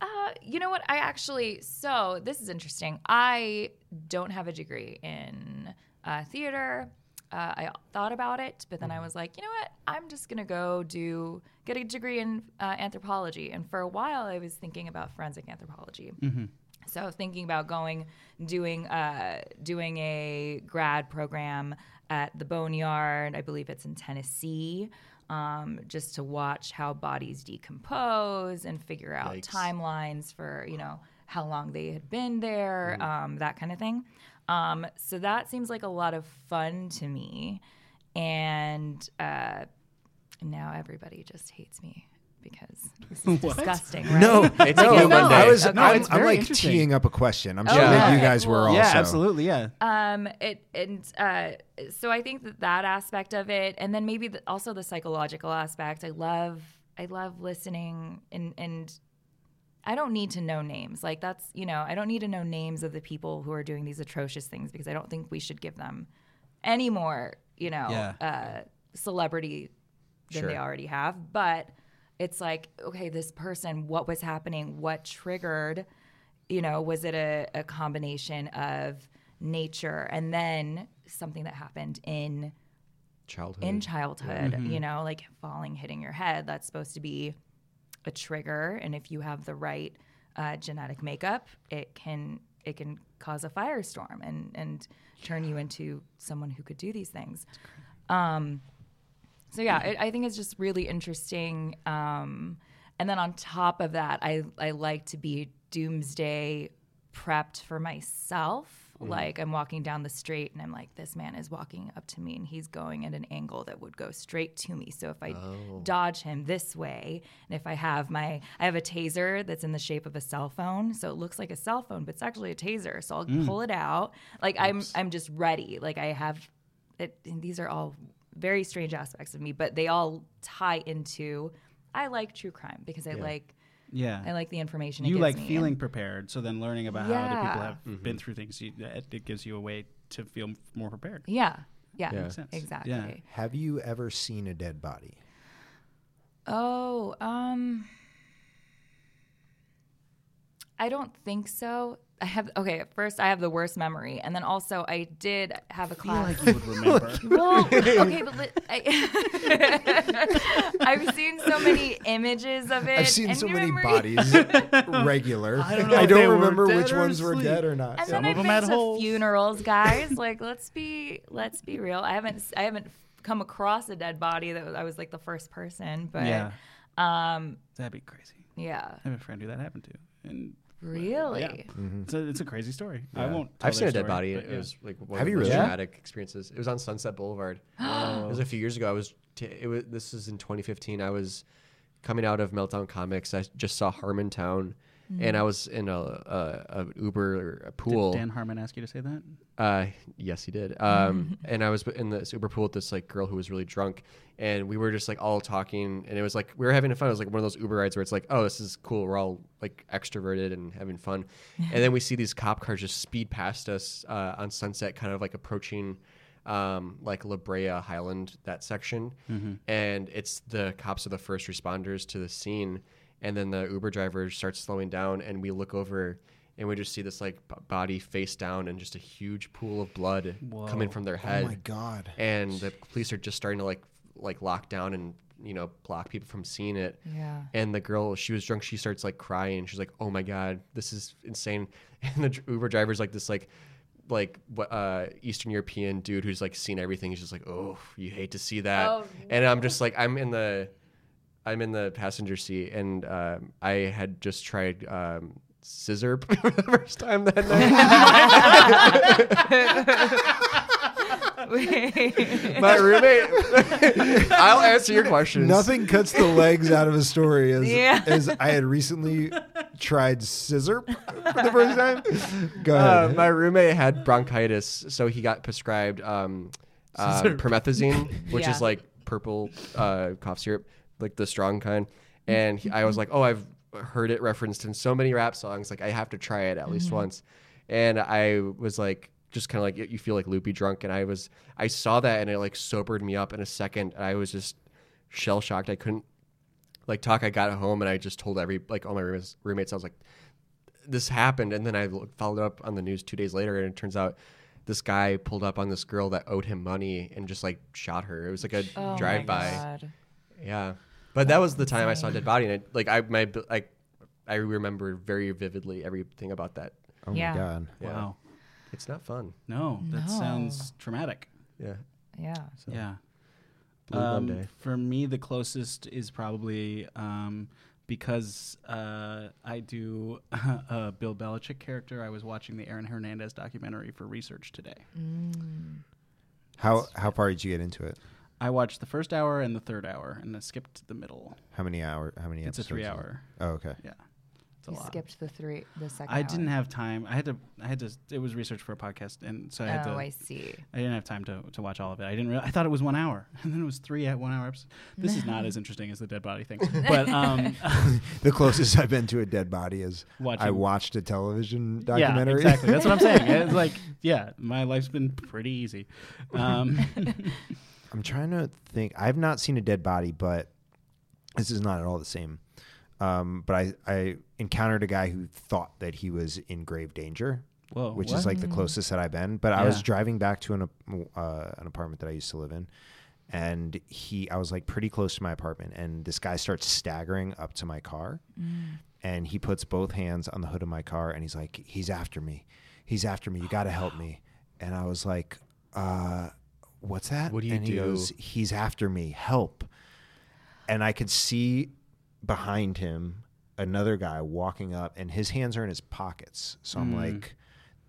Speaker 5: uh, you know what? I actually, so this is interesting. I don't have a degree in uh, theater. Uh, I thought about it, but then I was like, you know what? I'm just going to go do, get a degree in uh, anthropology. And for a while, I was thinking about forensic anthropology. So I was thinking about going, doing, uh, doing a grad program at the Boneyard. I believe it's in Tennessee, um, just to watch how bodies decompose and figure out
Speaker 3: Yikes.
Speaker 5: timelines for you know how long they had been there, um, that kind of thing. Um, so that seems like a lot of fun to me, and uh, now everybody just hates me because this is
Speaker 1: What?
Speaker 5: disgusting. Right?
Speaker 3: It's a
Speaker 5: No,
Speaker 3: new Monday.
Speaker 4: I was
Speaker 5: Okay.
Speaker 4: I'm,
Speaker 1: It's
Speaker 4: I'm,
Speaker 1: very
Speaker 4: like
Speaker 1: interesting.
Speaker 4: teeing up a question. I'm sure
Speaker 3: Yeah.
Speaker 4: that you
Speaker 5: Okay,
Speaker 4: guys were
Speaker 5: cool.
Speaker 4: also
Speaker 1: Yeah, absolutely. Yeah.
Speaker 5: Um, it and uh, so I think that that aspect of it, and then maybe the, also the psychological aspect. I love, I love listening, and and I don't need to know names. Like that's you know, I don't need to know names of the people who are doing these atrocious things because I don't think we should give them any more you know, uh, celebrity than they
Speaker 3: Sure.
Speaker 5: already have. But it's like, okay, this person, what was happening? What triggered? You know, was it a, a combination of nature and then something that happened in
Speaker 3: Childhood.
Speaker 5: in childhood, you know, like falling, hitting your head, that's supposed to be a trigger. And if you have the right uh, genetic makeup, it can it can cause a firestorm and and turn you into someone who could do these things. Um, so yeah, I I think it's just really interesting. Um, and then on top of that, I I like to be doomsday prepped for myself. Like I'm walking down the street and I'm like, this man is walking up to me and he's going at an angle that would go straight to me. So if I dodge him this way, and if I have my I have a taser that's in the shape of a cell phone, so it looks like a cell phone, but it's actually a taser. So I'll pull it out. Like I'm I'm just ready. Like I have it, and these are all very strange aspects of me, but they all tie into I like true crime because I like
Speaker 1: yeah.
Speaker 5: I like the information. it
Speaker 1: you
Speaker 5: gives
Speaker 1: like
Speaker 5: me.
Speaker 1: feeling prepared, so then learning about how other people
Speaker 5: Yeah.
Speaker 1: have
Speaker 3: Mm-hmm.
Speaker 1: been through things, you, that it gives you a way to feel m- more prepared.
Speaker 5: And- yeah, yeah,
Speaker 3: Makes
Speaker 1: sense.
Speaker 5: exactly.
Speaker 1: Yeah.
Speaker 4: Have you ever seen a dead body?
Speaker 5: Oh, um, I don't think so. I have okay. at First, I have the worst memory, and then also I did have a class.
Speaker 1: I feel like you would remember.
Speaker 5: Well, okay, but li- I, I've seen so many images of it.
Speaker 4: I've seen
Speaker 5: and
Speaker 4: so
Speaker 5: your
Speaker 4: many
Speaker 5: memory-
Speaker 4: bodies regular. I
Speaker 1: don't know if they were
Speaker 4: remember
Speaker 1: dead
Speaker 4: which
Speaker 1: or
Speaker 4: ones were
Speaker 1: asleep.
Speaker 4: dead or not.
Speaker 5: And
Speaker 1: Some
Speaker 5: then
Speaker 1: of
Speaker 5: I've
Speaker 1: 'em
Speaker 5: been
Speaker 1: had
Speaker 5: to
Speaker 1: holes.
Speaker 5: funerals, guys. like, let's be let's be real. I haven't I haven't come across a dead body that was, I was like the first person, but
Speaker 1: yeah,
Speaker 5: yeah,
Speaker 1: that'd be crazy.
Speaker 5: yeah.
Speaker 1: I have a friend who that happened to, and
Speaker 5: really.
Speaker 1: it's, a, it's a crazy story. I won't. Tell
Speaker 3: Mm-hmm. I've seen
Speaker 1: their
Speaker 3: a dead
Speaker 1: story,
Speaker 3: body.
Speaker 1: but
Speaker 3: It
Speaker 1: yeah.
Speaker 3: was like one
Speaker 4: Have
Speaker 3: of
Speaker 4: you
Speaker 3: the most
Speaker 4: really? Yeah.
Speaker 3: traumatic experiences. It was on Sunset Boulevard. it was a few years ago. I was. T- it was. This is in 2015. I was coming out of Meltdown Comics. I just saw Harmontown, and I was in a, a, a Uber or a pool.
Speaker 1: Did Dan Harmon ask you to say that?
Speaker 3: Uh, yes, he did. Um, and I was in this Uber pool with this like girl who was really drunk, and we were just like all talking, and it was like we were having fun. It was like one of those Uber rides where it's like, oh, this is cool. We're all like extroverted and having fun, and then we see these cop cars just speed past us uh, on Sunset, kind of like approaching. Um, like La Brea Highland, that section, and it's the cops are the first responders to the scene, and then the Uber driver starts slowing down, and we look over, and we just see this like b- body face down and just a huge pool of blood coming from their head.
Speaker 4: Oh my god.
Speaker 3: And the police are just starting to like like lock down and you know block people from seeing it.
Speaker 5: Yeah.
Speaker 3: And the girl, she was drunk. She starts like crying. She's like, "Oh my god, this is insane!" And the dr- Uber driver's like this like like wh- uh eastern european dude who's like seen everything he's just like oh you hate to see that
Speaker 5: Oh,
Speaker 3: and i'm just like i'm in the I'm in the passenger seat, and um, I had just tried um, scissor for the first time that night. My roommate. I'll answer your questions.
Speaker 4: Nothing cuts the legs out of a story as,
Speaker 5: Yeah.
Speaker 4: as I had recently tried scissor for the first time. Go
Speaker 3: Uh,
Speaker 4: ahead.
Speaker 5: Um,
Speaker 3: my roommate had bronchitis, so he got prescribed um, uh, promethazine, which
Speaker 5: Yeah.
Speaker 3: is like purple uh, cough syrup, like the strong kind. And he, I was like, oh, I've heard it referenced in so many rap songs. Like, I have to try it at least once. And I was like, just kind of like, you feel like loopy drunk. And I was, I saw that and it like sobered me up in a second. And I was just shell shocked. I couldn't like talk. I got home and I just told every, like all my roommates, roommates I was like, this happened and then i looked- followed up on the news two days later and it turns out this guy pulled up on this girl that owed him money and just like shot her it was like a
Speaker 5: Oh my
Speaker 3: drive-by
Speaker 5: God.
Speaker 3: yeah but that was the time i saw a dead body and it, like i my like i remember very vividly everything about that
Speaker 4: oh
Speaker 5: yeah.
Speaker 4: my god.
Speaker 3: Yeah.
Speaker 1: Wow.
Speaker 3: it's not fun
Speaker 1: No, that
Speaker 5: No.
Speaker 1: sounds traumatic.
Speaker 3: yeah
Speaker 5: Yeah.
Speaker 1: Yeah.
Speaker 3: Blue
Speaker 1: Um,
Speaker 3: Monday.
Speaker 1: For me, the closest is probably um, because uh, I do a Bill Belichick character. I was watching the Aaron Hernandez documentary for research today.
Speaker 4: How how far did you get into it?
Speaker 1: I watched the first hour and the third hour, and I skipped the middle.
Speaker 4: How many hour? How many
Speaker 1: It's a
Speaker 4: episodes?
Speaker 1: three-hour.
Speaker 4: Oh, okay.
Speaker 1: Yeah, it's
Speaker 3: a
Speaker 5: You
Speaker 3: lot.
Speaker 5: skipped the three, the second.
Speaker 1: I didn't
Speaker 5: hour.
Speaker 1: have time. I had to. I had to. It was research for a podcast, and so I had
Speaker 5: oh,
Speaker 1: to.
Speaker 5: I see.
Speaker 1: I didn't have time to, to watch all of it. I didn't. Really, I thought it was one hour, and then it was three at one hour episodes. This is not as interesting as the dead body thing, but um,
Speaker 4: The closest I've been to a dead body is I
Speaker 1: Watching-
Speaker 4: watched a television documentary.
Speaker 1: Yeah, exactly. That's what I'm saying. It's like, yeah, my life's been pretty easy. Um,
Speaker 4: I'm trying to think. I've not seen a dead body, but this is not at all the same. Um, but I, I encountered a guy who thought that he was in grave danger,
Speaker 1: whoa,
Speaker 4: which
Speaker 1: what?
Speaker 4: is like the closest that I've been. But I was
Speaker 1: Yeah.
Speaker 4: driving back to an ap- uh, an apartment that I used to live in, and he I was like pretty close to my apartment, and this guy starts staggering up to my car,
Speaker 1: Mm.
Speaker 4: and he puts both hands on the hood of my car, and he's like, "He's after me, he's after me. You got to help me." And I was like, uh, "What's that?"
Speaker 3: What do you
Speaker 4: and he
Speaker 3: do?
Speaker 4: goes, "He's after me. Help!" And I could see behind him another guy walking up and his hands are in his pockets so
Speaker 1: Mm.
Speaker 4: i'm like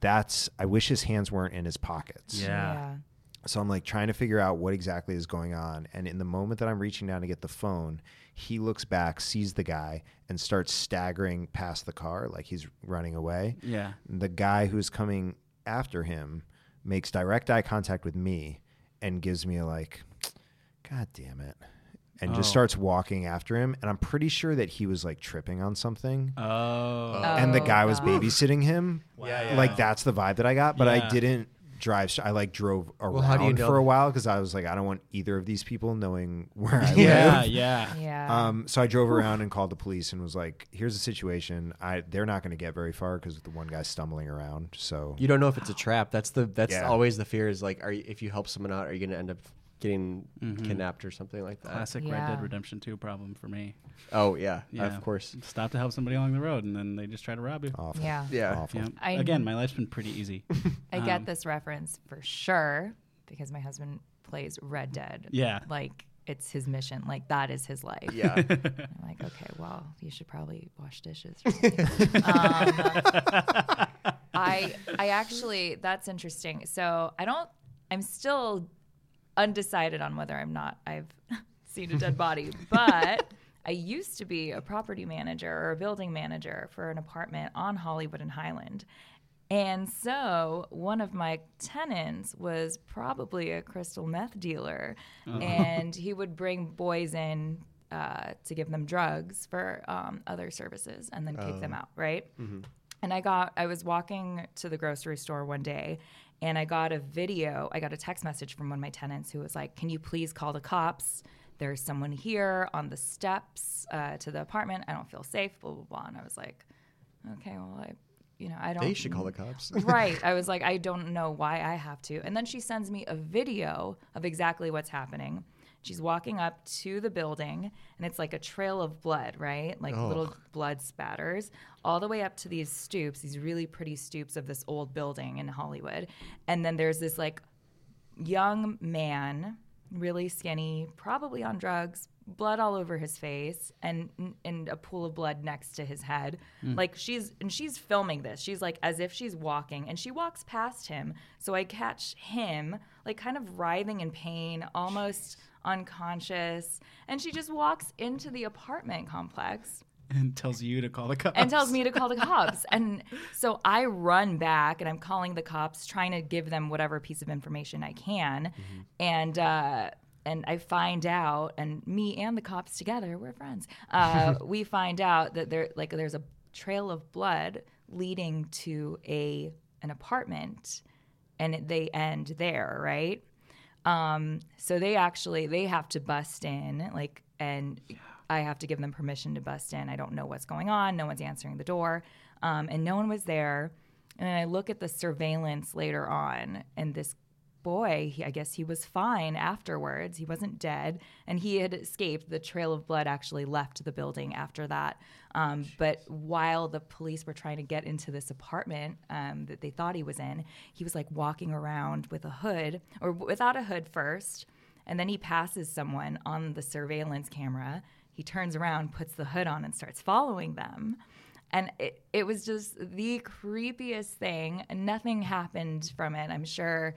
Speaker 4: that's i wish his hands weren't in his pockets
Speaker 1: yeah.
Speaker 4: so i'm like trying to figure out what exactly is going on and in the moment that i'm reaching down to get the phone he looks back sees the guy and starts staggering past the car like he's running away
Speaker 1: yeah,
Speaker 4: the guy who's coming after him makes direct eye contact with me and gives me a like god damn it and just
Speaker 1: Oh.
Speaker 4: starts walking after him and i'm pretty sure that he was like tripping on something
Speaker 1: Oh,
Speaker 4: and the
Speaker 5: Oh,
Speaker 4: guy was
Speaker 5: God.
Speaker 4: babysitting him
Speaker 3: Yeah, yeah.
Speaker 4: like that's the vibe that i got but i
Speaker 1: Yeah.
Speaker 4: didn't drive st- i like drove around
Speaker 3: how do you know
Speaker 4: for a
Speaker 3: that?
Speaker 4: while because i was like i don't want either of these people knowing where i live
Speaker 1: yeah, yeah.
Speaker 5: Yeah.
Speaker 4: um, so I drove around and called the police and was like, "Here's the situation. I they're not going to get very far because the one guy's stumbling around. So
Speaker 3: You don't know if it's a trap. That's the that's
Speaker 4: Yeah.
Speaker 3: always the fear is like, are you, if you help someone out, are you going to end up getting kidnapped or something like that?
Speaker 1: Mm-hmm. Classic Red
Speaker 5: Yeah.
Speaker 1: Dead Redemption Two problem for me.
Speaker 3: Oh yeah,
Speaker 1: Yeah.
Speaker 3: of course.
Speaker 1: Stop to help somebody along the road, and then they just try to rob you.
Speaker 4: awful,
Speaker 5: yeah.
Speaker 3: Yeah.
Speaker 4: awful.
Speaker 1: Yeah.
Speaker 5: I-
Speaker 1: Again, my life's been pretty easy.
Speaker 5: I
Speaker 1: Um,
Speaker 5: get this reference for sure because my husband plays Red Dead.
Speaker 1: Yeah.
Speaker 5: Like it's his mission. Like that is his life.
Speaker 3: Yeah.
Speaker 5: I'm like, okay, well, you should probably wash dishes. or something." um, I I actually that's interesting. So I don't. I'm still undecided on whether I'm not. I've seen a dead body, but. I used to be a property manager or a building manager for an apartment on Hollywood and Highland. And so one of my tenants was probably a crystal meth dealer, and he would bring boys in uh, to give them drugs for um, other services and then kick them out, right? And I got, I was walking to the grocery store one day and I got a video, I got a text message from one of my tenants who was like, Can you please call the cops? There's someone here on the steps uh, to the apartment. I don't feel safe, blah, blah, blah. And I was like, Okay, well, I, you know, I don't.
Speaker 3: They should call the cops.
Speaker 5: right. I was like, I don't know why I have to. And then she sends me a video of exactly what's happening. She's walking up to the building, and it's like a trail of blood, right? Like little blood spatters, all the way up to these stoops, these really pretty stoops of this old building in Hollywood. And then there's this like young man, really skinny, probably on drugs, blood all over his face, and and a pool of blood next to his head. Like she's and she's filming this. She's like as if she's walking, and she walks past him. So I catch him like kind of writhing in pain, almost unconscious, and she just walks into the apartment complex
Speaker 1: and tells you to call the cops.
Speaker 5: and tells me to call the cops. And so I run back and I'm calling the cops, trying to give them whatever piece of information I can. And uh, and I find out, and me and the cops together, we're friends. Uh, we find out that there like there's a trail of blood leading to a an apartment, and they end there, right? so they actually they have to bust in like and i have to give them permission to bust in i don't know what's going on no one's answering the door um, and no one was there and i look at the surveillance later on and this boy he, i guess he was fine afterwards he wasn't dead and he had escaped the trail of blood actually left the building after that um, but while the police were trying to get into this apartment um, that they thought he was in he was like walking around with a hood or without a hood first and then he passes someone on the surveillance camera he turns around puts the hood on and starts following them and it, it was just the creepiest thing and nothing happened from it i'm sure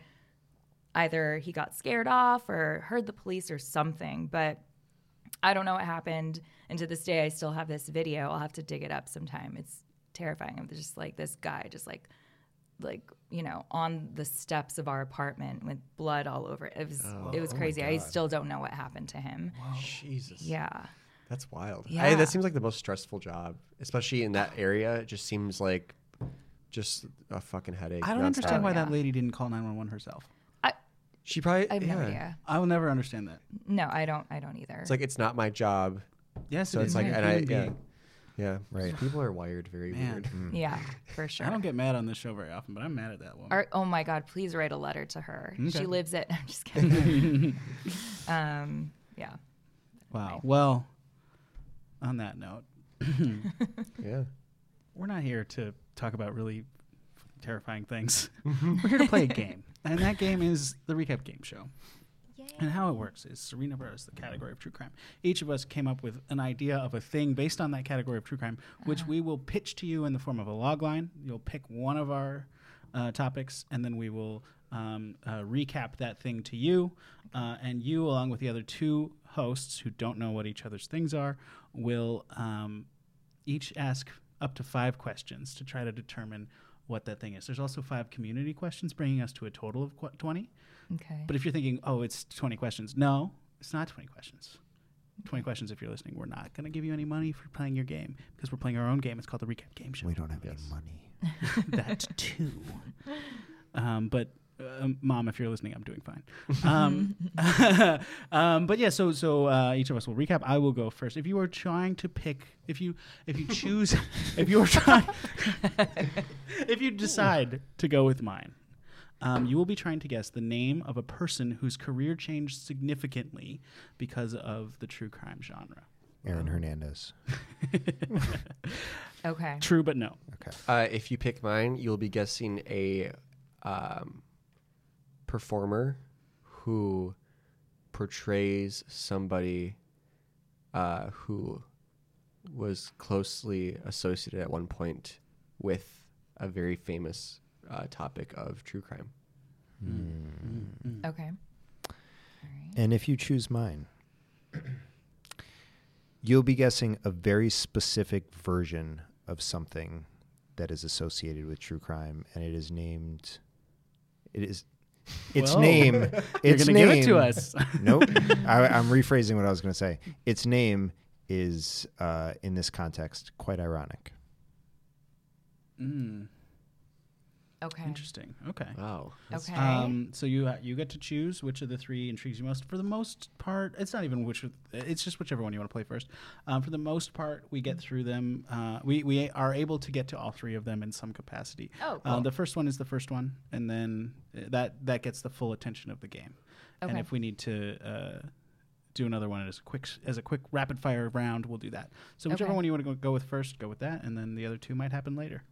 Speaker 5: either he got scared off or heard the police or something but I don't know what happened, and to this day, I still have this video. I'll have to dig it up sometime. It's terrifying. I'm just like this guy, just like, like you know, on the steps of our apartment with blood all over it. It was, it was crazy. I still don't know what happened to him.
Speaker 3: Jesus.
Speaker 5: Yeah.
Speaker 3: That's wild.
Speaker 5: Yeah.
Speaker 3: I, that seems like the most stressful job, especially in that area. It just seems like just a fucking headache.
Speaker 1: I don't
Speaker 3: nonstop.
Speaker 1: understand why that
Speaker 5: Yeah.
Speaker 1: lady didn't call 911 herself.
Speaker 5: I,
Speaker 3: She probably.
Speaker 5: I have no
Speaker 3: yeah.
Speaker 5: idea.
Speaker 1: I will never understand that.
Speaker 5: No, I don't. I don't either.
Speaker 3: It's like it's not my job.
Speaker 1: Yes,
Speaker 3: So
Speaker 1: it
Speaker 3: it's
Speaker 1: is.
Speaker 3: like,
Speaker 1: You're a
Speaker 3: and I,
Speaker 1: human
Speaker 3: yeah,
Speaker 1: being.
Speaker 3: yeah,
Speaker 4: Right.
Speaker 3: People are wired very
Speaker 1: Man.
Speaker 3: weird. Mm.
Speaker 5: yeah, for sure.
Speaker 1: I don't get mad on this show very often, but I'm mad at that woman.
Speaker 5: Or- oh my God, please write a letter to her.
Speaker 1: Okay.
Speaker 5: She lives at. I'm just kidding. um, yeah.
Speaker 1: Wow. Well, on that note,
Speaker 3: Yeah.
Speaker 1: we're not here to talk about really terrifying things. we're here to play a game. And that game is the recap game show. And how it works is Serena brought us the category of true crime. Each of us came up with an idea of a thing based on that category of true crime, which we will pitch to you in the form of a log line. You'll pick one of our uh, topics, and then we will um, uh, recap that thing to you. Uh, and you, along with the other two hosts who don't know what each other's things are, will um, each ask up to five questions to try to determine what that thing is. There's also five community questions, bringing us to a total of qu- 20.
Speaker 5: Okay.
Speaker 1: But if you're thinking, oh, it's 20 questions, no, it's not 20 questions. 20 questions if you're listening. We're not going to give you any money for playing your game because we're playing our own game. It's called the Recap Game Show.
Speaker 4: We don't have any money.
Speaker 1: that too. Um, but uh, mom, if you're listening, I'm doing fine. Um, um, but yeah, so so uh, each of us will recap. I will go first. If you are trying to pick, if you if you choose, if you are trying, if you decide to go with mine, um, you will be trying to guess the name of a person whose career changed significantly because of the true crime genre.
Speaker 4: Aaron Hernandez.
Speaker 5: okay.
Speaker 1: True, but no.
Speaker 3: Uh, if you pick mine, you'll be guessing a um, performer who portrays somebody uh, who was closely associated at one point with a very famous uh, topic of true crime. Hmm.
Speaker 4: Hmm. Mm.
Speaker 5: Okay.
Speaker 4: And if you choose mine, you'll be guessing a very specific version of something that is associated with true crime, and it is named. It is. Its
Speaker 1: Whoa.
Speaker 4: name.
Speaker 1: You're
Speaker 4: Its
Speaker 1: gonna give it to
Speaker 4: name-
Speaker 1: us.
Speaker 4: nope. I, I'm rephrasing what I was going to say. Its name is, uh, in this context, quite ironic.
Speaker 1: Mm,
Speaker 5: Okay.
Speaker 1: interesting. Okay.
Speaker 3: Wow.
Speaker 5: Okay.
Speaker 1: Um, so you uh, you get to choose which of the three intrigues you most. For the most part, it's not even which. of- It's just whichever one you want to play first. Um, for the most part, we get through them. Uh, we we are able to get to all three of them in some capacity.
Speaker 5: Oh,
Speaker 1: Uh,
Speaker 5: cool.
Speaker 1: the first one is the first one, and then uh, that that gets the full attention of the game. And
Speaker 5: Okay.
Speaker 1: if we need to. Uh, do another one as a quick as a quick rapid fire round. We'll do that. So whichever
Speaker 5: Okay.
Speaker 1: one you want to go, go with first, go with that, and then the other two might happen later.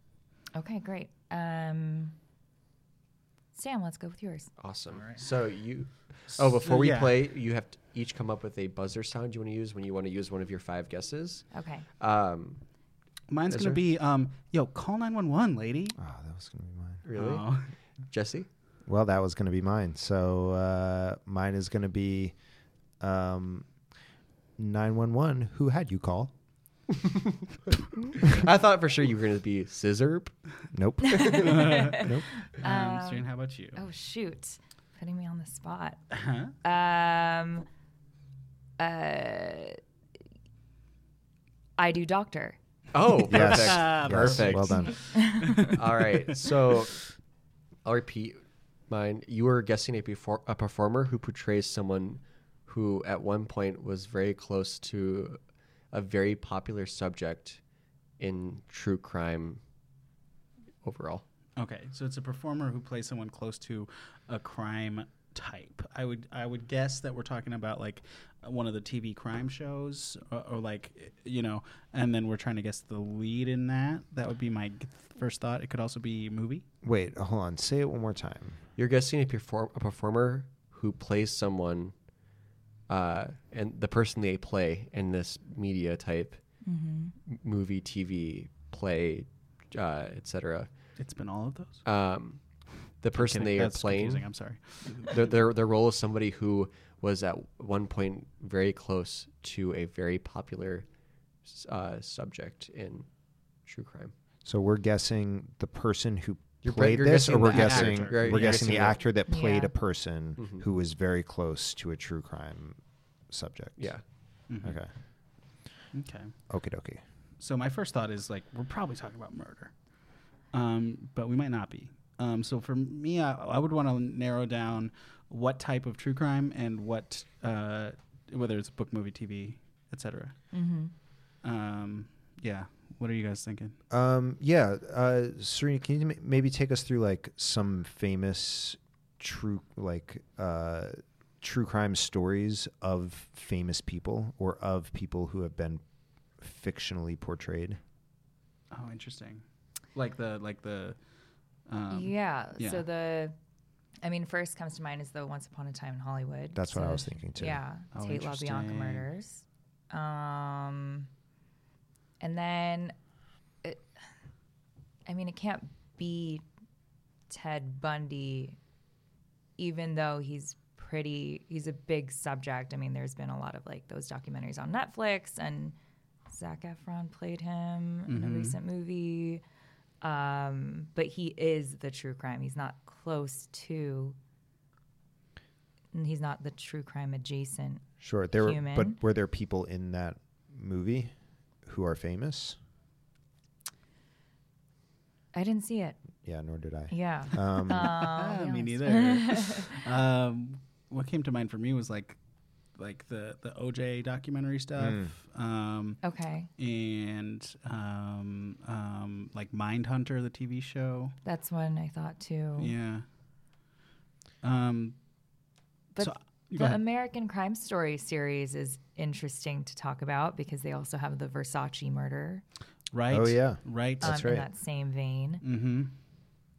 Speaker 5: okay. Great. Um, Sam, let's go with yours.
Speaker 3: Awesome. So you. Oh, before we
Speaker 1: yeah.
Speaker 3: play, you have to each come up with a buzzer sound you want to use when you want to use one of your five guesses.
Speaker 5: Okay.
Speaker 3: Um,
Speaker 1: Mine's
Speaker 3: Yes,
Speaker 1: gonna
Speaker 3: sir.
Speaker 1: be um, yo, call nine one one, lady.
Speaker 4: Ah, that was going to be mine.
Speaker 3: really,
Speaker 1: Oh.
Speaker 3: Jesse?
Speaker 4: Well, that was going to be mine. So uh, mine is going to be um, 911. Who had you call?
Speaker 3: I thought for sure you were going to be scissor.
Speaker 4: Nope.
Speaker 1: Um, Serene, how about you? Uh-huh.
Speaker 5: Oh shoot, putting me on the spot. Um. Uh. I do doctor.
Speaker 3: Oh, perfect.
Speaker 4: yes. Yes.
Speaker 3: Perfect.
Speaker 4: Well done.
Speaker 3: All right. So I'll repeat mine. You were guessing a, perfor- a performer who portrays someone who at one point was very close to a very popular subject in true crime overall.
Speaker 1: Okay, so it's a performer who plays someone close to a crime type. I would I would guess that we're talking about like uh, one of the TV crime shows or, or like uh, you know, and then we're trying to guess the lead in that. That would be my g- first thought. It could also be movie.
Speaker 4: Wait, hold on. Say it one more time.
Speaker 3: You're guessing a, perform- a performer who plays someone, uh, and the person they play in this media type,
Speaker 1: Mm-hmm.
Speaker 3: m- movie, TV, play, uh, etc.
Speaker 1: It's been all of those.
Speaker 3: Um, the person
Speaker 1: Kidding,
Speaker 3: they are
Speaker 1: that's confusing,
Speaker 3: playing,
Speaker 1: I'm sorry.
Speaker 3: their, their their role is somebody who was at one point very close to a very popular uh, subject in true crime.
Speaker 4: So we're guessing the person who
Speaker 3: You're
Speaker 4: played
Speaker 3: guessing
Speaker 4: this,
Speaker 3: the
Speaker 4: or we're
Speaker 1: actor.
Speaker 4: guessing
Speaker 3: Right,
Speaker 4: we're
Speaker 3: you're
Speaker 4: guessing the
Speaker 3: guessing the- Mm-hmm.
Speaker 4: actor that played
Speaker 5: Yeah.
Speaker 4: a person who was very close to a true crime subject.
Speaker 3: Yeah.
Speaker 4: Okay.
Speaker 1: Okay.
Speaker 4: Okie dokie.
Speaker 1: So my first thought is like we're probably talking about murder, um, but we might not be. Um, so for me, I, I would want to narrow down what type of true crime and what uh, whether it's book, movie, TV, etc. Mm-hmm. Um, yeah. What are you guys thinking?
Speaker 4: Um, yeah, uh, Serena, can you ma- maybe take us through like some famous true like uh, true crime stories of famous people or of people who have been fictionally portrayed?
Speaker 1: Oh, interesting. Like the like the. Um,
Speaker 5: yeah.
Speaker 1: yeah.
Speaker 5: So the, I mean, first comes to mind is the Once Upon a Time in Hollywood.
Speaker 4: That's what I
Speaker 5: So-
Speaker 4: was thinking too.
Speaker 5: Yeah,
Speaker 1: Oh,
Speaker 5: Tate LaBianca
Speaker 1: interesting.
Speaker 5: murders. Um, and then, it, I mean, it can't be Ted Bundy, even though he's pretty. He's a big subject. I mean, there's been a lot of like those documentaries on Netflix, and Zach Efron played him in
Speaker 1: Mm-hmm.
Speaker 5: a recent movie. Um, but he is the true crime. He's not close to. and He's not the true crime adjacent.
Speaker 4: Sure. There were, but
Speaker 5: Human.
Speaker 4: were there people in that movie who are famous?
Speaker 5: I didn't see it.
Speaker 4: Yeah, nor did I.
Speaker 5: Yeah.
Speaker 4: Um,
Speaker 5: Um,
Speaker 1: Ah,
Speaker 5: yeah,
Speaker 1: me
Speaker 5: that's-
Speaker 1: neither. um, what came to mind for me was like, like the the OJ documentary stuff, um,
Speaker 5: Okay,
Speaker 1: and um, um, like Mindhunter, the TV show.
Speaker 5: that's one I thought too.
Speaker 1: Yeah. Um.
Speaker 5: But
Speaker 1: so you go
Speaker 5: the
Speaker 1: ahead.
Speaker 5: American Crime Story series is interesting to talk about because they also have the Versace murder
Speaker 1: right.
Speaker 4: Oh, yeah.
Speaker 1: Right.
Speaker 5: um, in
Speaker 4: right.
Speaker 5: that same vein,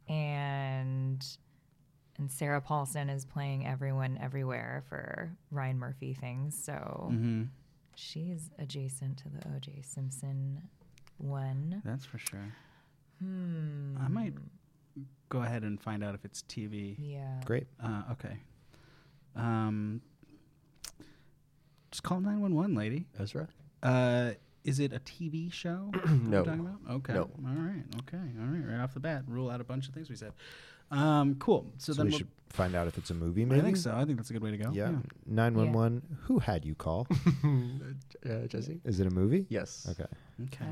Speaker 1: mm-hmm.
Speaker 5: and and Sarah Paulson is playing everyone everywhere for Ryan Murphy things, so
Speaker 1: Mm-hmm.
Speaker 5: she's adjacent to the O.J. Simpson one.
Speaker 1: That's for sure.
Speaker 5: Hmm.
Speaker 1: I might go ahead and find out if it's TV.
Speaker 5: Yeah.
Speaker 4: Great.
Speaker 1: Uh, okay. Um. Just call nine one one, lady.
Speaker 3: Ezra?
Speaker 1: Uh, is it a TV show? that we're
Speaker 3: No.
Speaker 1: talking about? Okay.
Speaker 3: No.
Speaker 1: All right. Okay. All right. Right off the bat, rule out a bunch of things we said. Um, cool. So,
Speaker 4: So,
Speaker 1: then
Speaker 4: we
Speaker 1: we'll-
Speaker 4: should find out if it's a movie. Maybe.
Speaker 1: I think so. I think that's a good way to go.
Speaker 4: Yeah. Nine one one. Who had you call?
Speaker 3: Uh, Jesse?
Speaker 4: Is it a movie?
Speaker 3: Yes.
Speaker 4: Okay.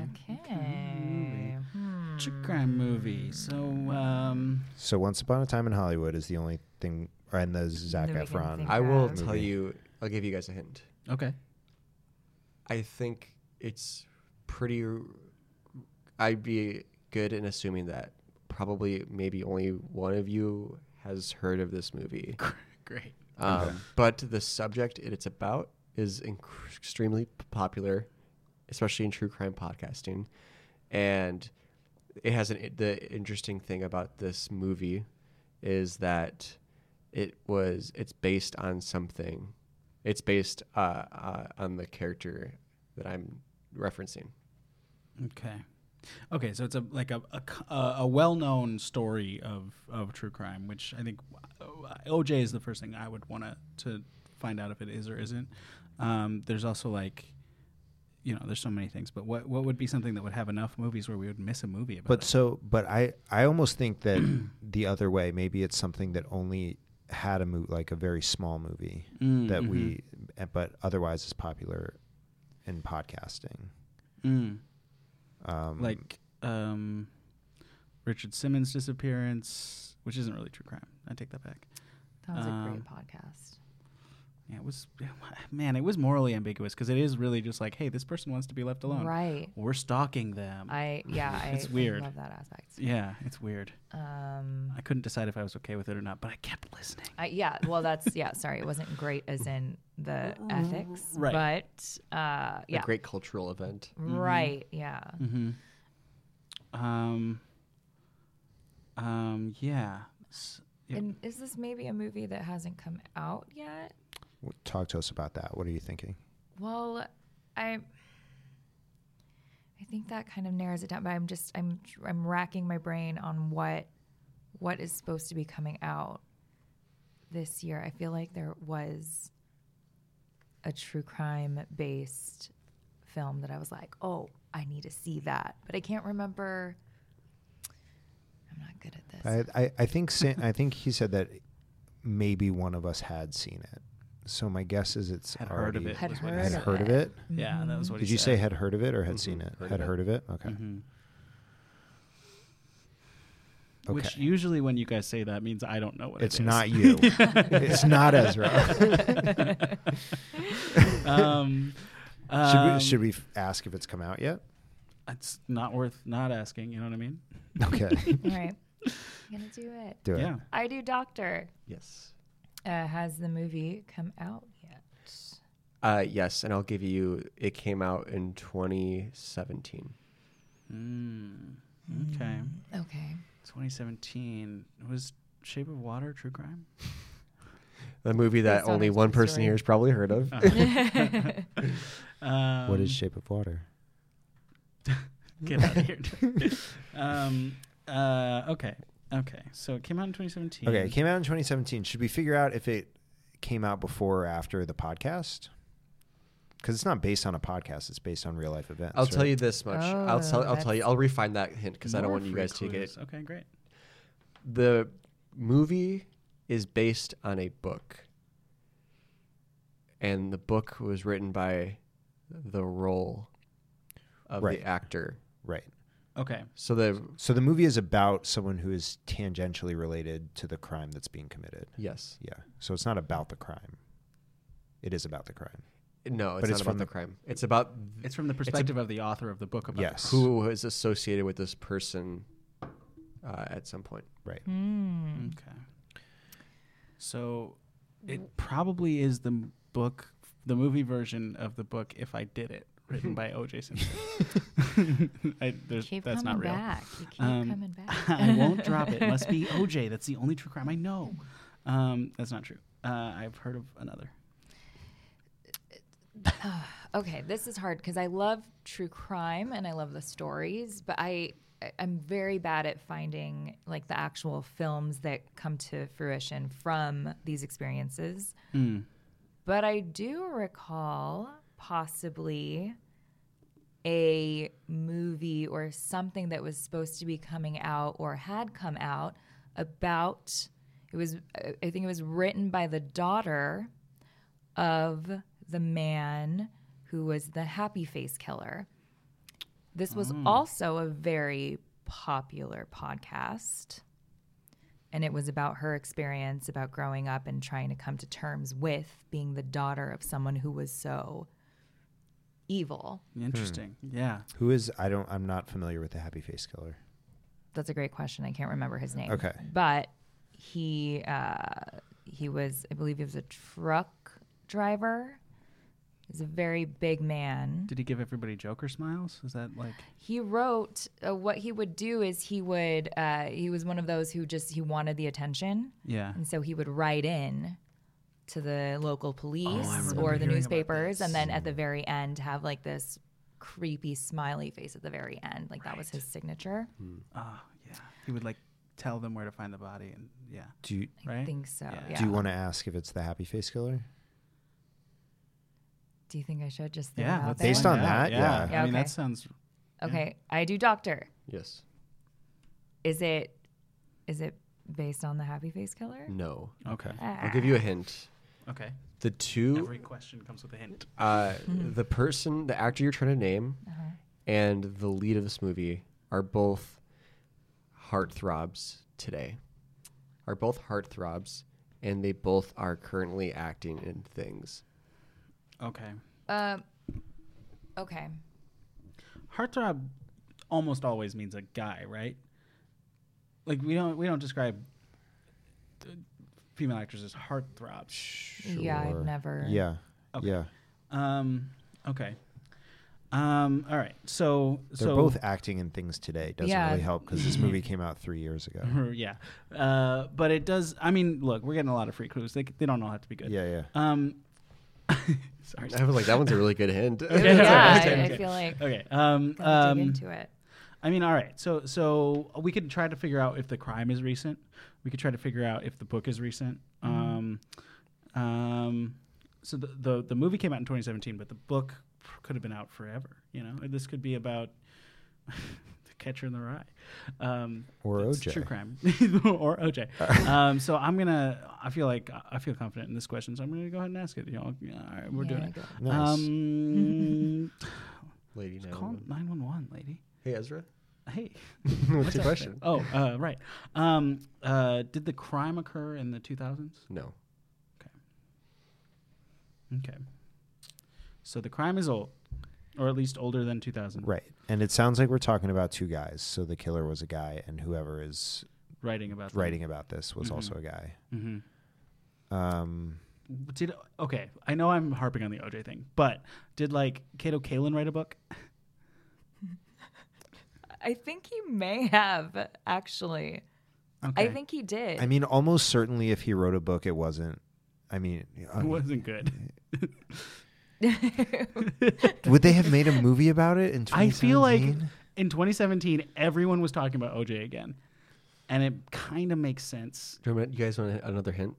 Speaker 1: Okay.
Speaker 5: Okay. Hmm.
Speaker 1: True crime movie. So, um,
Speaker 4: So once upon a time in Hollywood is the only thing, and the Zac
Speaker 5: That we can
Speaker 4: Efron.
Speaker 5: think
Speaker 4: I,
Speaker 3: I will
Speaker 5: Um,
Speaker 3: tell
Speaker 4: Movie.
Speaker 3: you, I'll give you guys a hint.
Speaker 1: okay.
Speaker 3: I think it's pretty. I'd be good in assuming that probably maybe only one of you has heard of this movie.
Speaker 1: Great.
Speaker 3: Um, But the subject it- it's about is inc- extremely p- popular, especially in true crime podcasting, and it has an it- the interesting thing about this movie is that it was it's based on something, it's based uh, uh, on the character that I'm referencing.
Speaker 1: Okay. Okay. So it's a like a a, c- a- a well-known story of of true crime, which I think uh, OJ is the first thing I would want to to find out if it is or isn't. Um, there's also like. You know, there's so many things, but what what would be something that would have enough movies where we would miss a movie about
Speaker 4: but
Speaker 1: it?
Speaker 4: so, but I, I almost think that the other way. Maybe it's something that only had a movie, like a very small movie
Speaker 1: Mm,
Speaker 4: that
Speaker 1: mhm.
Speaker 4: we, eh, but otherwise is popular in podcasting.
Speaker 1: Mm.
Speaker 4: Um,
Speaker 1: like um, Richard Simmons' disappearance, which isn't really true crime. I take that back.
Speaker 5: That was a
Speaker 1: Um,
Speaker 5: great podcast.
Speaker 1: Yeah, it was, man, it was morally ambiguous because it is really just like, hey, this person wants to be left alone.
Speaker 5: Right.
Speaker 1: We're stalking them.
Speaker 5: I yeah. I
Speaker 1: It's weird.
Speaker 5: Love that aspect.
Speaker 1: yeah, it's weird.
Speaker 5: Um.
Speaker 1: I couldn't decide if I was okay with it or not, but I kept listening.
Speaker 5: I, yeah. Well, that's yeah. Sorry, it wasn't great as in the ethics,
Speaker 1: Right. Mm-hmm.
Speaker 5: But uh,
Speaker 3: A
Speaker 5: yeah.
Speaker 3: great cultural event.
Speaker 5: Right. Yeah.
Speaker 1: Um, um, yeah. S- yeah.
Speaker 5: And is this maybe a movie that hasn't come out yet?
Speaker 4: w- talk to us about that. What are you thinking?
Speaker 5: Well, I I think that kind of narrows it down, but I'm just I'm tr- I'm racking my brain on what what is supposed to be coming out this year. I feel like there was a true crime based film that I was like, oh, I need to see that, but I can't remember. I'm not good at this.
Speaker 4: I, I, I think Sa- I think he said that maybe one of us had seen it. So my guess is it's
Speaker 1: Had heard
Speaker 4: already
Speaker 1: of it.
Speaker 5: had
Speaker 1: was what
Speaker 5: heard,
Speaker 1: he
Speaker 4: had
Speaker 5: of,
Speaker 4: heard of
Speaker 5: it.
Speaker 4: it.
Speaker 1: Yeah, that was what
Speaker 4: Did
Speaker 1: he
Speaker 4: you say
Speaker 1: said. Mm-hmm.
Speaker 4: had heard of it or had seen
Speaker 3: Mhm.
Speaker 4: it?
Speaker 3: Heard
Speaker 4: had
Speaker 3: of it.
Speaker 4: heard of it. Okay. Okay.
Speaker 1: Which usually when you guys say that means I don't know what
Speaker 4: It's
Speaker 1: it is.
Speaker 4: not you. it's not Ezra.
Speaker 1: um,
Speaker 4: should
Speaker 1: um,
Speaker 4: we should we f- ask if it's come out yet?
Speaker 1: It's not worth not asking. You know what I mean?
Speaker 4: Okay.
Speaker 5: All right. I'm going to do it.
Speaker 4: Do it.
Speaker 1: Yeah.
Speaker 5: I Do Doctor.
Speaker 3: Yes.
Speaker 5: Uh, has the movie come out yet?
Speaker 3: Uh, yes, and I'll give you. It came out in 2017.
Speaker 1: Mm, okay.
Speaker 5: Okay.
Speaker 1: 2017 was Shape of Water true crime.
Speaker 3: The movie that
Speaker 5: Based on
Speaker 3: only
Speaker 5: a true
Speaker 3: one person
Speaker 5: story.
Speaker 3: here has probably heard of.
Speaker 4: Uh-huh.
Speaker 1: Um,
Speaker 4: what is Shape of Water?
Speaker 1: Get out of here. um, uh, okay. Okay. So it came out in 2017.
Speaker 4: Okay, it came out in 2017. Should we figure out if it came out before or after the podcast? Because it's not based on a podcast; it's based on real life events.
Speaker 3: I'll tell
Speaker 4: right?
Speaker 3: you this much. I'll
Speaker 5: Oh,
Speaker 3: tell. I'll tell
Speaker 5: that's-
Speaker 3: you. I'll refine that hint because I don't
Speaker 1: More
Speaker 3: want you
Speaker 1: free
Speaker 3: guys to get
Speaker 1: clues. Okay, great.
Speaker 3: the movie is based on a book and the book was written by the role of
Speaker 4: Right.
Speaker 3: the actor
Speaker 4: Right.
Speaker 1: Okay.
Speaker 3: so the
Speaker 4: So the movie is about someone who is tangentially related to the crime that's being committed.
Speaker 3: yes
Speaker 4: Yeah. So it's not about the crime. It is about the crime.
Speaker 3: no
Speaker 4: But
Speaker 3: it's not
Speaker 4: it's
Speaker 3: about
Speaker 4: from
Speaker 3: the
Speaker 4: the-
Speaker 3: crime it's about th-
Speaker 1: It's from the perspective of the author of the book about
Speaker 4: Yes.
Speaker 3: who is associated with this person uh, at some point
Speaker 4: Right.
Speaker 5: Hmm.
Speaker 1: Okay. So it probably is the m- book, the movie version of the book If I Did It, written by O.J. Simpson. I, there's,
Speaker 5: Keep
Speaker 1: that's not
Speaker 5: coming
Speaker 1: real.
Speaker 5: back. You keep
Speaker 1: Um,
Speaker 5: coming back.
Speaker 1: I won't drop it. Must be O.J. That's the only true crime I know. Um, that's not true. Uh, I've heard of another.
Speaker 5: okay, this is hard because I love true crime and I love the stories, but I I- I'm very bad at finding like the actual films that come to fruition from these experiences. But I do recall possibly a movie or something that was supposed to be coming out or had come out about it was I I think it was written by the daughter of the man who was the happy face killer. This was also a very popular podcast. And it was about her experience about growing up and trying to come to terms with being the daughter of someone who was so evil.
Speaker 1: Interesting. Yeah.
Speaker 4: Who is? I don't. I'm not familiar with the Happy Face Killer.
Speaker 5: That's a great question. I can't remember his name.
Speaker 4: Okay.
Speaker 5: But he uh, he was, I believe he was a truck driver. He's a very big man.
Speaker 1: Did he give everybody Joker smiles? Is that like
Speaker 5: he wrote uh, what he would do is he would uh, he was one of those who just he wanted the attention
Speaker 1: yeah?
Speaker 5: and so he would write in to the local police
Speaker 1: Oh, remember
Speaker 5: or
Speaker 1: hearing
Speaker 5: the
Speaker 1: about
Speaker 5: newspapers and then at the very end have like this creepy smiley face at the very end like that was his signature
Speaker 1: Oh, yeah. He would like tell them where to find the body and yeah.
Speaker 4: Do you,
Speaker 1: Right.
Speaker 5: i think so
Speaker 1: Yeah.
Speaker 5: yeah
Speaker 4: Do you want to ask if it's the Happy Face Killer?
Speaker 5: do you think i should just throw it
Speaker 1: yeah.
Speaker 5: out
Speaker 1: let's
Speaker 5: there?
Speaker 4: Based
Speaker 1: find
Speaker 4: on
Speaker 1: out.
Speaker 4: that,
Speaker 1: Yeah.
Speaker 4: yeah.
Speaker 1: I
Speaker 5: Yeah,
Speaker 1: mean,
Speaker 5: okay.
Speaker 1: that sounds
Speaker 5: okay i do doctor
Speaker 3: yes
Speaker 5: is it is it based on the happy face killer
Speaker 4: Mm.
Speaker 5: Ah.
Speaker 3: no
Speaker 1: okay.
Speaker 3: i'll give you a hint
Speaker 1: Okay.
Speaker 3: the two
Speaker 1: Every question comes with a hint.
Speaker 3: uh, the person, the actor you're trying to name, and the lead of this movie are both heartthrobs today. Are both heartthrobs, and they both are currently acting in things.
Speaker 1: Okay.
Speaker 5: uh, okay
Speaker 1: Heartthrob almost always means a guy, right? Like we don't we don't describe uh, female actors as heartthrobs.
Speaker 5: yeah i've never
Speaker 4: Yeah.
Speaker 1: Okay.
Speaker 4: Yeah.
Speaker 1: Um. Okay. Um. All right. So
Speaker 4: They're
Speaker 1: so
Speaker 4: both acting in things today. Doesn't
Speaker 5: Yeah.
Speaker 4: really help because this movie came out three years ago.
Speaker 1: yeah. Uh. But it does. I mean, look, we're getting a lot of free clues. They c- they don't all have to be good.
Speaker 4: Yeah. Yeah.
Speaker 1: Um. sorry.
Speaker 3: I was like, that one's a really good hint.
Speaker 5: yeah,
Speaker 1: Yeah,
Speaker 5: I,
Speaker 1: okay.
Speaker 5: I feel like
Speaker 1: Okay. Um.
Speaker 5: gotta dig
Speaker 1: um,
Speaker 5: into it
Speaker 1: I mean, all right. So, so we could try to figure out if the crime is
Speaker 4: Mm-hmm.
Speaker 1: recent. We could try to figure out if the book is recent. Um, um, so the, the the movie came out in 2017, but the book p- could have been out forever. You know, this could be about the Catcher in the Rye, um,
Speaker 4: Or
Speaker 1: that's
Speaker 4: OJ.
Speaker 1: true crime, or OJ. um, so I'm gonna. I feel like I feel confident in this question, so I'm gonna go ahead and ask it. You know, all right, we're doing
Speaker 5: Yeah,
Speaker 1: it.
Speaker 5: go.
Speaker 4: Nice.
Speaker 1: Um,
Speaker 3: Lady
Speaker 1: call
Speaker 3: now.
Speaker 1: 911, lady.
Speaker 3: Hey Ezra.
Speaker 1: Hey.
Speaker 3: What's your question?
Speaker 1: Oh, uh, right. Um, uh, did the crime occur in the 2000s?
Speaker 3: No.
Speaker 1: Okay. So the crime is old, or at least older than 2000.
Speaker 4: Right. And it sounds like we're talking about two guys. So the killer was a guy, and whoever is
Speaker 1: Writing about them.
Speaker 4: writing about this was also a guy.
Speaker 1: Mhm.
Speaker 4: Um,
Speaker 1: Did okay. I know I'm harping on the OJ thing, but did like Cato Kalin write a book?
Speaker 5: I think he may have actually.
Speaker 1: Okay.
Speaker 5: I think he did.
Speaker 4: I mean, almost certainly if he wrote a book, it wasn't. I mean, uh, I
Speaker 1: it
Speaker 4: mean,
Speaker 1: wasn't good.
Speaker 4: would they have made a movie about it in
Speaker 1: I feel like
Speaker 4: 2017?
Speaker 1: in 2017 everyone was talking about OJ again, and it kind of makes sense.
Speaker 3: Do you, want, you guys want another hint?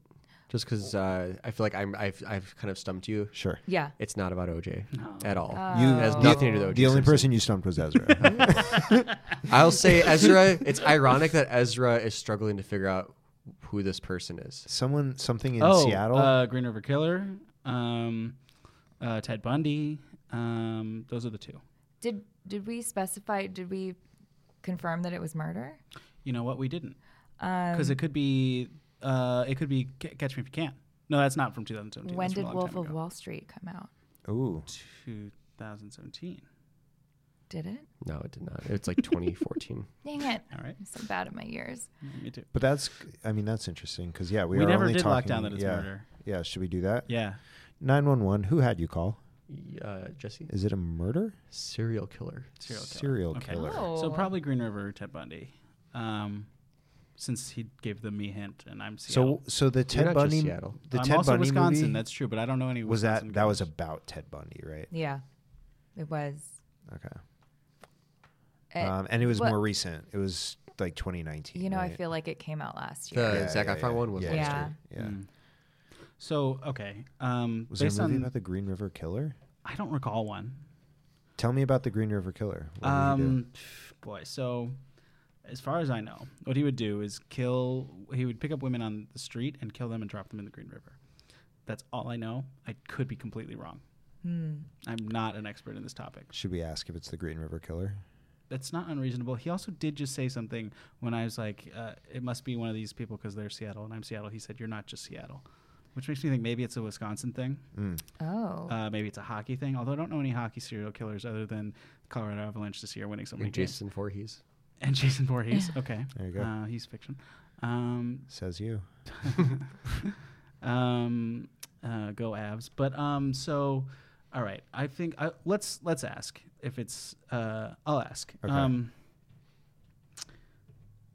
Speaker 3: Just because uh, I feel like I'm I've I've kind of stumped you.
Speaker 4: Sure.
Speaker 5: yeah.
Speaker 3: It's not about OJ at all.
Speaker 4: You
Speaker 1: Uh,
Speaker 3: it has nothing to do with OJ.
Speaker 4: The only
Speaker 3: Simpson.
Speaker 4: person you stumped was Ezra.
Speaker 3: I'll say Ezra. It's ironic that Ezra is struggling to figure out who this person is.
Speaker 4: Someone, something in
Speaker 1: oh,
Speaker 4: Seattle.
Speaker 1: uh, Green River Killer, um, uh, Ted Bundy. Um, those are the two.
Speaker 5: Did did we specify? Did we confirm that it was murder? Um,
Speaker 1: You know what? We didn't because it could be uh, it could be C- Catch Me If You Can. No, that's not from 2017.
Speaker 5: when
Speaker 1: That's from
Speaker 5: did
Speaker 1: a long
Speaker 5: Wolf
Speaker 1: time
Speaker 5: of
Speaker 1: ago.
Speaker 5: Wall Street come out?
Speaker 4: Ooh,
Speaker 1: 2017.
Speaker 5: Did it?
Speaker 3: No, it did not. It's like 2014.
Speaker 5: Dang it!
Speaker 1: All right.
Speaker 5: I'm so bad at my years.
Speaker 1: Yeah, Me too.
Speaker 4: but that's. I mean, that's interesting because yeah, we,
Speaker 1: We
Speaker 4: are
Speaker 1: never
Speaker 4: only
Speaker 1: did lock
Speaker 4: talking,
Speaker 1: down that it's
Speaker 4: yeah,
Speaker 1: murder.
Speaker 4: Yeah, should we do that?
Speaker 1: Yeah.
Speaker 4: Nine one one. Who had you call?
Speaker 3: Uh, Jesse,
Speaker 4: Is it a murder?
Speaker 3: serial killer.
Speaker 1: Serial killer.
Speaker 4: Serial
Speaker 1: Okay.
Speaker 4: killer.
Speaker 5: Oh.
Speaker 1: So probably Green River Ted Bundy, um, since he gave the me hint, and I'm
Speaker 4: So,
Speaker 1: Seattle.
Speaker 4: so the
Speaker 3: not
Speaker 4: Ted
Speaker 3: just
Speaker 4: Bundy,
Speaker 3: Seattle.
Speaker 4: the
Speaker 1: I'm
Speaker 4: Ted
Speaker 1: also
Speaker 4: Bundy
Speaker 1: Wisconsin.
Speaker 4: movie
Speaker 1: That's true, but I don't know any.
Speaker 4: was that
Speaker 1: Wisconsin
Speaker 4: that was
Speaker 1: guys.
Speaker 4: about Ted Bundy, right?
Speaker 5: Yeah, it was.
Speaker 4: Okay.
Speaker 5: It-
Speaker 1: Uh,
Speaker 4: um, and it was
Speaker 5: Eh, what-
Speaker 4: more recent. It was like 2019.
Speaker 5: you know, I
Speaker 4: right?
Speaker 5: feel like it came out last
Speaker 3: The
Speaker 5: year.
Speaker 4: Yeah,
Speaker 3: Zach
Speaker 4: yeah,
Speaker 3: Uh, Efron one was
Speaker 4: yeah,
Speaker 3: last
Speaker 5: yeah.
Speaker 3: year.
Speaker 4: Yeah.
Speaker 1: So okay. Um,
Speaker 4: Was there
Speaker 1: Mm.
Speaker 4: a
Speaker 1: based
Speaker 4: movie
Speaker 1: on
Speaker 4: about the Green River Killer?
Speaker 1: I don't recall one.
Speaker 4: Tell me about the Green River Killer. What did he do?
Speaker 1: Um, boy, so as far as I know, what he would do is kill. He would pick up women on the street and kill them and drop them in the Green River. That's all I know. I could be completely wrong.
Speaker 5: Hmm.
Speaker 1: I'm not an expert in this topic.
Speaker 4: Should we ask if it's the Green River Killer?
Speaker 1: That's not unreasonable. He also did just say something when I was like, uh, "It must be one of these people because they're Seattle and I'm Seattle." He said, "You're not just Seattle," which makes me think maybe it's a Wisconsin thing.
Speaker 4: Hmm,
Speaker 5: Oh,
Speaker 1: Uh, maybe it's a hockey thing. Although I don't know any hockey serial killers other than Colorado Avalanche this year winning so many
Speaker 3: And
Speaker 1: games.
Speaker 3: Jason Voorhees.
Speaker 1: And Jason Voorhees. Okay.
Speaker 4: There you go.
Speaker 1: Uh, he's fiction. Um,
Speaker 4: Says you.
Speaker 1: um, uh, go abs. But um, so, all right. I think I, let's let's ask if it's. Uh, I'll ask.
Speaker 4: Okay.
Speaker 1: Um,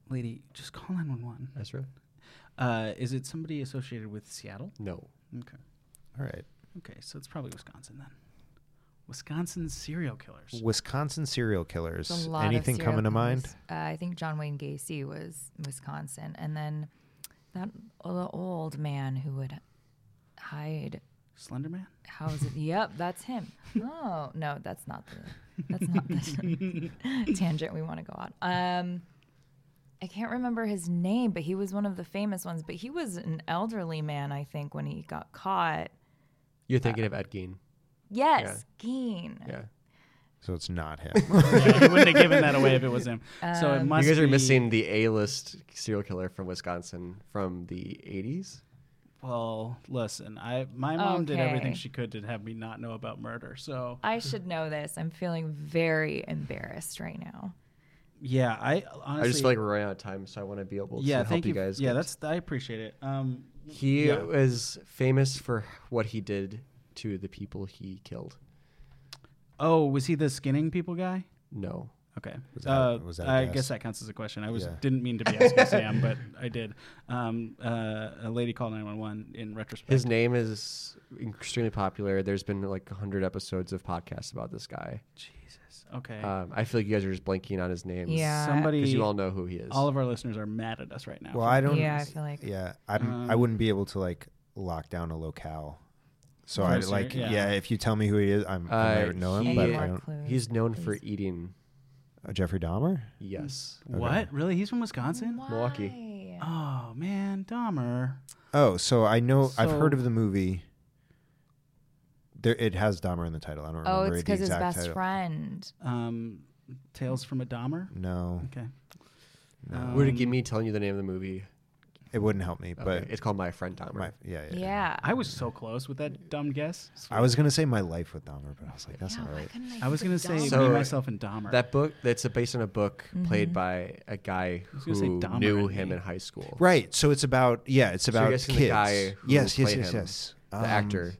Speaker 1: lady, just call nine one one.
Speaker 3: Ezra.
Speaker 1: Uh, is it somebody associated with Seattle?
Speaker 3: No.
Speaker 1: Okay.
Speaker 4: All right.
Speaker 1: Okay. So it's probably Wisconsin then. Wisconsin serial killers.
Speaker 4: Wisconsin serial killers.
Speaker 5: There's a lot of
Speaker 4: Anything
Speaker 5: serial
Speaker 4: coming to mind?
Speaker 5: killers. Uh, I think John Wayne Gacy was in Wisconsin, and then that o- old man who would hide
Speaker 1: Slenderman.
Speaker 5: houses. yep, that's him. Oh no, that's not the that's not the tangent we want to go on. Um, I can't remember his name, but he was one of the famous ones. But he was an elderly man, I think, when he got caught.
Speaker 3: You're thinking of Ed Gein.
Speaker 5: Yes, Keen.
Speaker 3: Yeah.
Speaker 4: So it's not him.
Speaker 1: yeah, he wouldn't have given that away if it was him. so it must.
Speaker 3: you guys are
Speaker 1: be-
Speaker 3: missing the A-list serial killer from Wisconsin from the 80s.
Speaker 1: Well, listen, I my mom did everything
Speaker 5: Okay.
Speaker 1: she could to have me not know about murder. So
Speaker 5: I should know this. I'm feeling very embarrassed right now.
Speaker 1: yeah, I honestly.
Speaker 3: I just feel like we're running out of time, so I want to be able to
Speaker 1: yeah,
Speaker 3: help
Speaker 1: thank
Speaker 3: you
Speaker 1: you.
Speaker 3: guys.
Speaker 1: yeah,
Speaker 3: get-
Speaker 1: that's I appreciate it. Um,
Speaker 3: He
Speaker 1: Yeah.
Speaker 3: was famous for what he did to the people he killed.
Speaker 1: oh, was he the skinning people guy?
Speaker 3: No.
Speaker 1: Okay.
Speaker 4: Was that-
Speaker 1: uh,
Speaker 4: was that a
Speaker 1: I
Speaker 4: guess?
Speaker 1: guess that counts as a question. I was
Speaker 4: Yeah.
Speaker 1: didn't mean to be asking Sam, but I did. Um, uh, a lady called nine one one. In retrospect,
Speaker 3: His name is extremely popular. There's been like 100 episodes of podcasts about this guy.
Speaker 1: Jesus. Okay.
Speaker 3: Um, I feel like you guys are just blanking on his name.
Speaker 5: Yeah.
Speaker 1: Somebody.
Speaker 3: Because you all know who he is.
Speaker 1: all of our listeners are mad at us right now.
Speaker 4: well, I don't.
Speaker 5: Yeah, I feel like-
Speaker 4: Yeah, I'm, I
Speaker 1: Um,
Speaker 4: wouldn't be able to like lock down a locale. So I
Speaker 1: Closer,
Speaker 4: like,
Speaker 1: yeah.
Speaker 4: yeah. If you tell me who he is, I'm, I
Speaker 3: Uh,
Speaker 4: might know him.
Speaker 3: he-
Speaker 4: but
Speaker 5: Any
Speaker 4: I
Speaker 5: more
Speaker 4: don't.
Speaker 5: clues?
Speaker 3: He's known for eating.
Speaker 4: Uh, Jeffrey Dahmer.
Speaker 3: Yes.
Speaker 1: What? Really? He's from Wisconsin?
Speaker 3: Milwaukee.
Speaker 5: Why?
Speaker 1: Oh man, Dahmer.
Speaker 4: Oh, so I know. I've heard
Speaker 1: So-
Speaker 4: of the movie. There, it has Dahmer in the title. I don't
Speaker 5: Oh,
Speaker 4: remember
Speaker 5: it's
Speaker 4: the
Speaker 5: because his
Speaker 4: exact
Speaker 5: best
Speaker 4: title.
Speaker 5: friend.
Speaker 1: Um, Tales from a Dahmer.
Speaker 4: No,
Speaker 1: Okay.
Speaker 3: Would it
Speaker 1: Um,
Speaker 3: give me telling you the name of the movie?
Speaker 4: it wouldn't help me.
Speaker 3: Okay,
Speaker 4: But
Speaker 3: it's called My Friend Dahmer.
Speaker 4: my, yeah, yeah,
Speaker 5: Yeah.
Speaker 1: I was so close with that dumb guess.
Speaker 4: I was gonna say my life with Dahmer, but I was like, that's
Speaker 5: yeah,
Speaker 4: not
Speaker 5: why
Speaker 4: right.
Speaker 5: couldn't
Speaker 1: I was
Speaker 5: think
Speaker 1: gonna
Speaker 5: of
Speaker 1: say
Speaker 5: Dahmer?
Speaker 3: So-
Speaker 1: me, myself, and Dahmer.
Speaker 3: That book that's a, based on a book played by a guy
Speaker 1: was
Speaker 3: who
Speaker 1: gonna say Dahmer
Speaker 3: knew
Speaker 1: and
Speaker 3: him
Speaker 1: me.
Speaker 3: in high school.
Speaker 4: Right. So it's about yeah, it's
Speaker 3: So you're
Speaker 4: about
Speaker 3: guessing
Speaker 4: kids.
Speaker 3: the guy who
Speaker 4: yes, yes,
Speaker 3: played
Speaker 4: yes,
Speaker 3: him,
Speaker 4: yes.
Speaker 3: The
Speaker 4: Um,
Speaker 3: actor.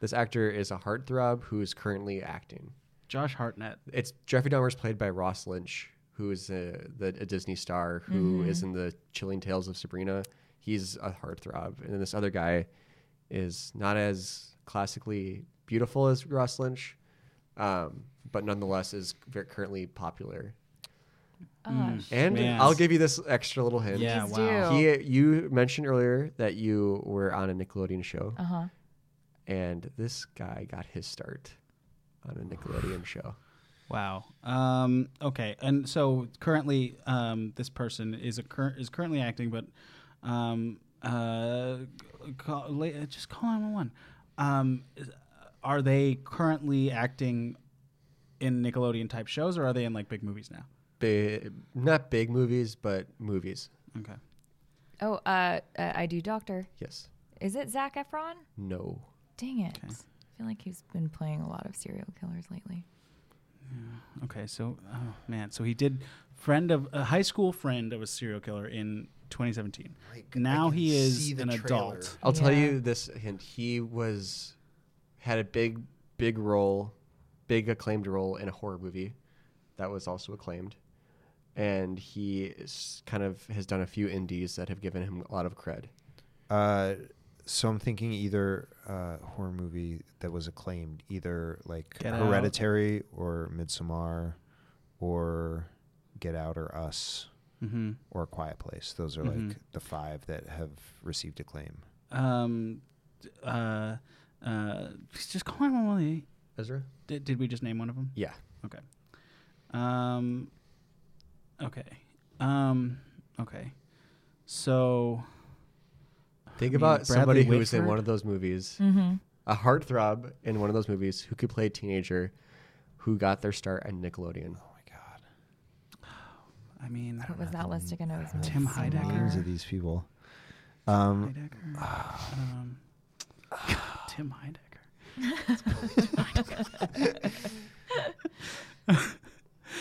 Speaker 3: This actor is a heartthrob who is currently acting.
Speaker 1: Josh Hartnett.
Speaker 3: It's Jeffrey Dahmer is played by Ross Lynch, who is a, the, a Disney star who is
Speaker 1: Mm-hmm.
Speaker 3: in the Chilling Tales of Sabrina. He's a heartthrob, and then this other guy is not as classically beautiful as Ross Lynch, um, but nonetheless is very currently popular.
Speaker 5: Oh,
Speaker 1: Mm.
Speaker 5: sh-
Speaker 3: And
Speaker 1: Man.
Speaker 3: I'll give you this extra little hint.
Speaker 1: Yeah.
Speaker 5: Please
Speaker 1: wow.
Speaker 5: do.
Speaker 3: He, you mentioned earlier that you were on a Nickelodeon show,
Speaker 1: Uh.
Speaker 5: Uh-huh.
Speaker 3: and this guy got his start on a Nickelodeon show.
Speaker 1: Wow. Um, okay. And so currently, um, this person is a cur- is currently acting, but um, uh, call, la- uh, just call nine one one. Um, is- are they currently acting in Nickelodeon type shows, or are they in like big movies now?
Speaker 3: Big, not big movies, but movies.
Speaker 1: Okay.
Speaker 5: Oh, uh, uh, I do Doctor.
Speaker 3: Yes.
Speaker 5: Is it Zach Efron?
Speaker 3: No.
Speaker 5: Dang it. I feel like he's been playing a lot of serial killers lately.
Speaker 1: Okay. So, oh man. So he did friend of a high school friend of a serial killer in 2017. now
Speaker 4: I can
Speaker 1: he is
Speaker 4: see the
Speaker 1: an
Speaker 4: trailer.
Speaker 1: adult.
Speaker 3: I'll tell
Speaker 5: Yeah.
Speaker 3: you this hint. He was had a big, big role, big acclaimed role in a horror movie that was also acclaimed, and he is kind of has done a few indies that have given him a lot of cred.
Speaker 4: Uh, so I'm thinking either uh, horror movie that was acclaimed, either like
Speaker 1: Get Out.
Speaker 4: Hereditary or Midsommar, or Get Out or Us
Speaker 1: Mm-hmm.
Speaker 4: or A Quiet Place. Those are
Speaker 3: Mm-hmm.
Speaker 4: like the five that have received acclaim.
Speaker 1: Um, d- uh, uh, just call him one of the.
Speaker 3: Ezra.
Speaker 1: Did, did we just name one of them?
Speaker 3: Yeah.
Speaker 1: Okay. Um, okay. Um, okay. So
Speaker 3: Think
Speaker 1: mean,
Speaker 3: about
Speaker 1: Bradley
Speaker 3: somebody who was in
Speaker 1: Whitford?
Speaker 3: one of those movies,
Speaker 5: Mm-hmm.
Speaker 3: a heartthrob in one of those movies, who could play a teenager, who got their start at Nickelodeon.
Speaker 4: Oh my god!
Speaker 1: I mean,
Speaker 5: What was that list again? It was
Speaker 1: Tim
Speaker 5: Midsommar.
Speaker 1: Heidecker.
Speaker 4: Names of these people. Um,
Speaker 1: Heidecker. um, Tim Heidecker.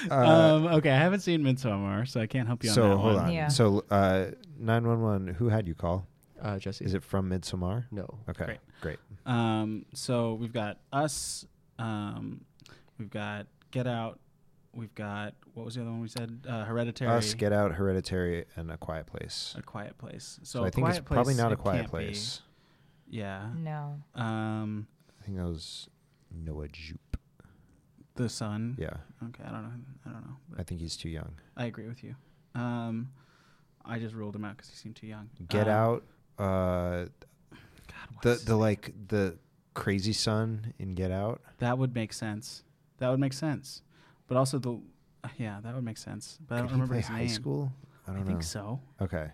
Speaker 4: uh,
Speaker 1: um, okay, I haven't seen Midsommar, so I can't help you on that
Speaker 4: so hold
Speaker 1: one.
Speaker 4: on.
Speaker 5: Yeah.
Speaker 4: So uh, nine one one. Who had you call?
Speaker 3: Uh, Jesse.
Speaker 4: Is it from Midsommar?
Speaker 3: No.
Speaker 4: Okay,
Speaker 1: Great.
Speaker 4: great.
Speaker 1: Um, so we've got us. Um, we've got Get Out. We've got what was the other one we said? Uh, Hereditary.
Speaker 4: Us, Get Out, Hereditary, and A Quiet Place.
Speaker 1: a Quiet Place. So,
Speaker 4: So
Speaker 1: A
Speaker 4: I think it's
Speaker 1: Quiet
Speaker 4: probably
Speaker 1: Place,
Speaker 4: not a
Speaker 1: it
Speaker 4: quiet
Speaker 1: can't be.
Speaker 4: place.
Speaker 1: Yeah.
Speaker 5: No.
Speaker 1: Um,
Speaker 4: I think that was Noah Jupe.
Speaker 1: the Sun.
Speaker 4: Yeah,
Speaker 1: Okay, I don't know. I don't know.
Speaker 4: I
Speaker 1: But
Speaker 4: think he's too young.
Speaker 1: I agree with you. Um, I just ruled him out because he seemed too young.
Speaker 4: Get
Speaker 1: Um,
Speaker 4: Out. Uh,
Speaker 1: God, what
Speaker 4: the
Speaker 1: is-
Speaker 4: the like the crazy son in Get Out.
Speaker 1: that would make sense. That would make sense. But also the yeah, that would make sense. But I don't
Speaker 4: Could he
Speaker 1: remember
Speaker 4: play
Speaker 1: his
Speaker 4: high
Speaker 1: name.
Speaker 4: school. I don't know.
Speaker 1: think so.
Speaker 4: Okay.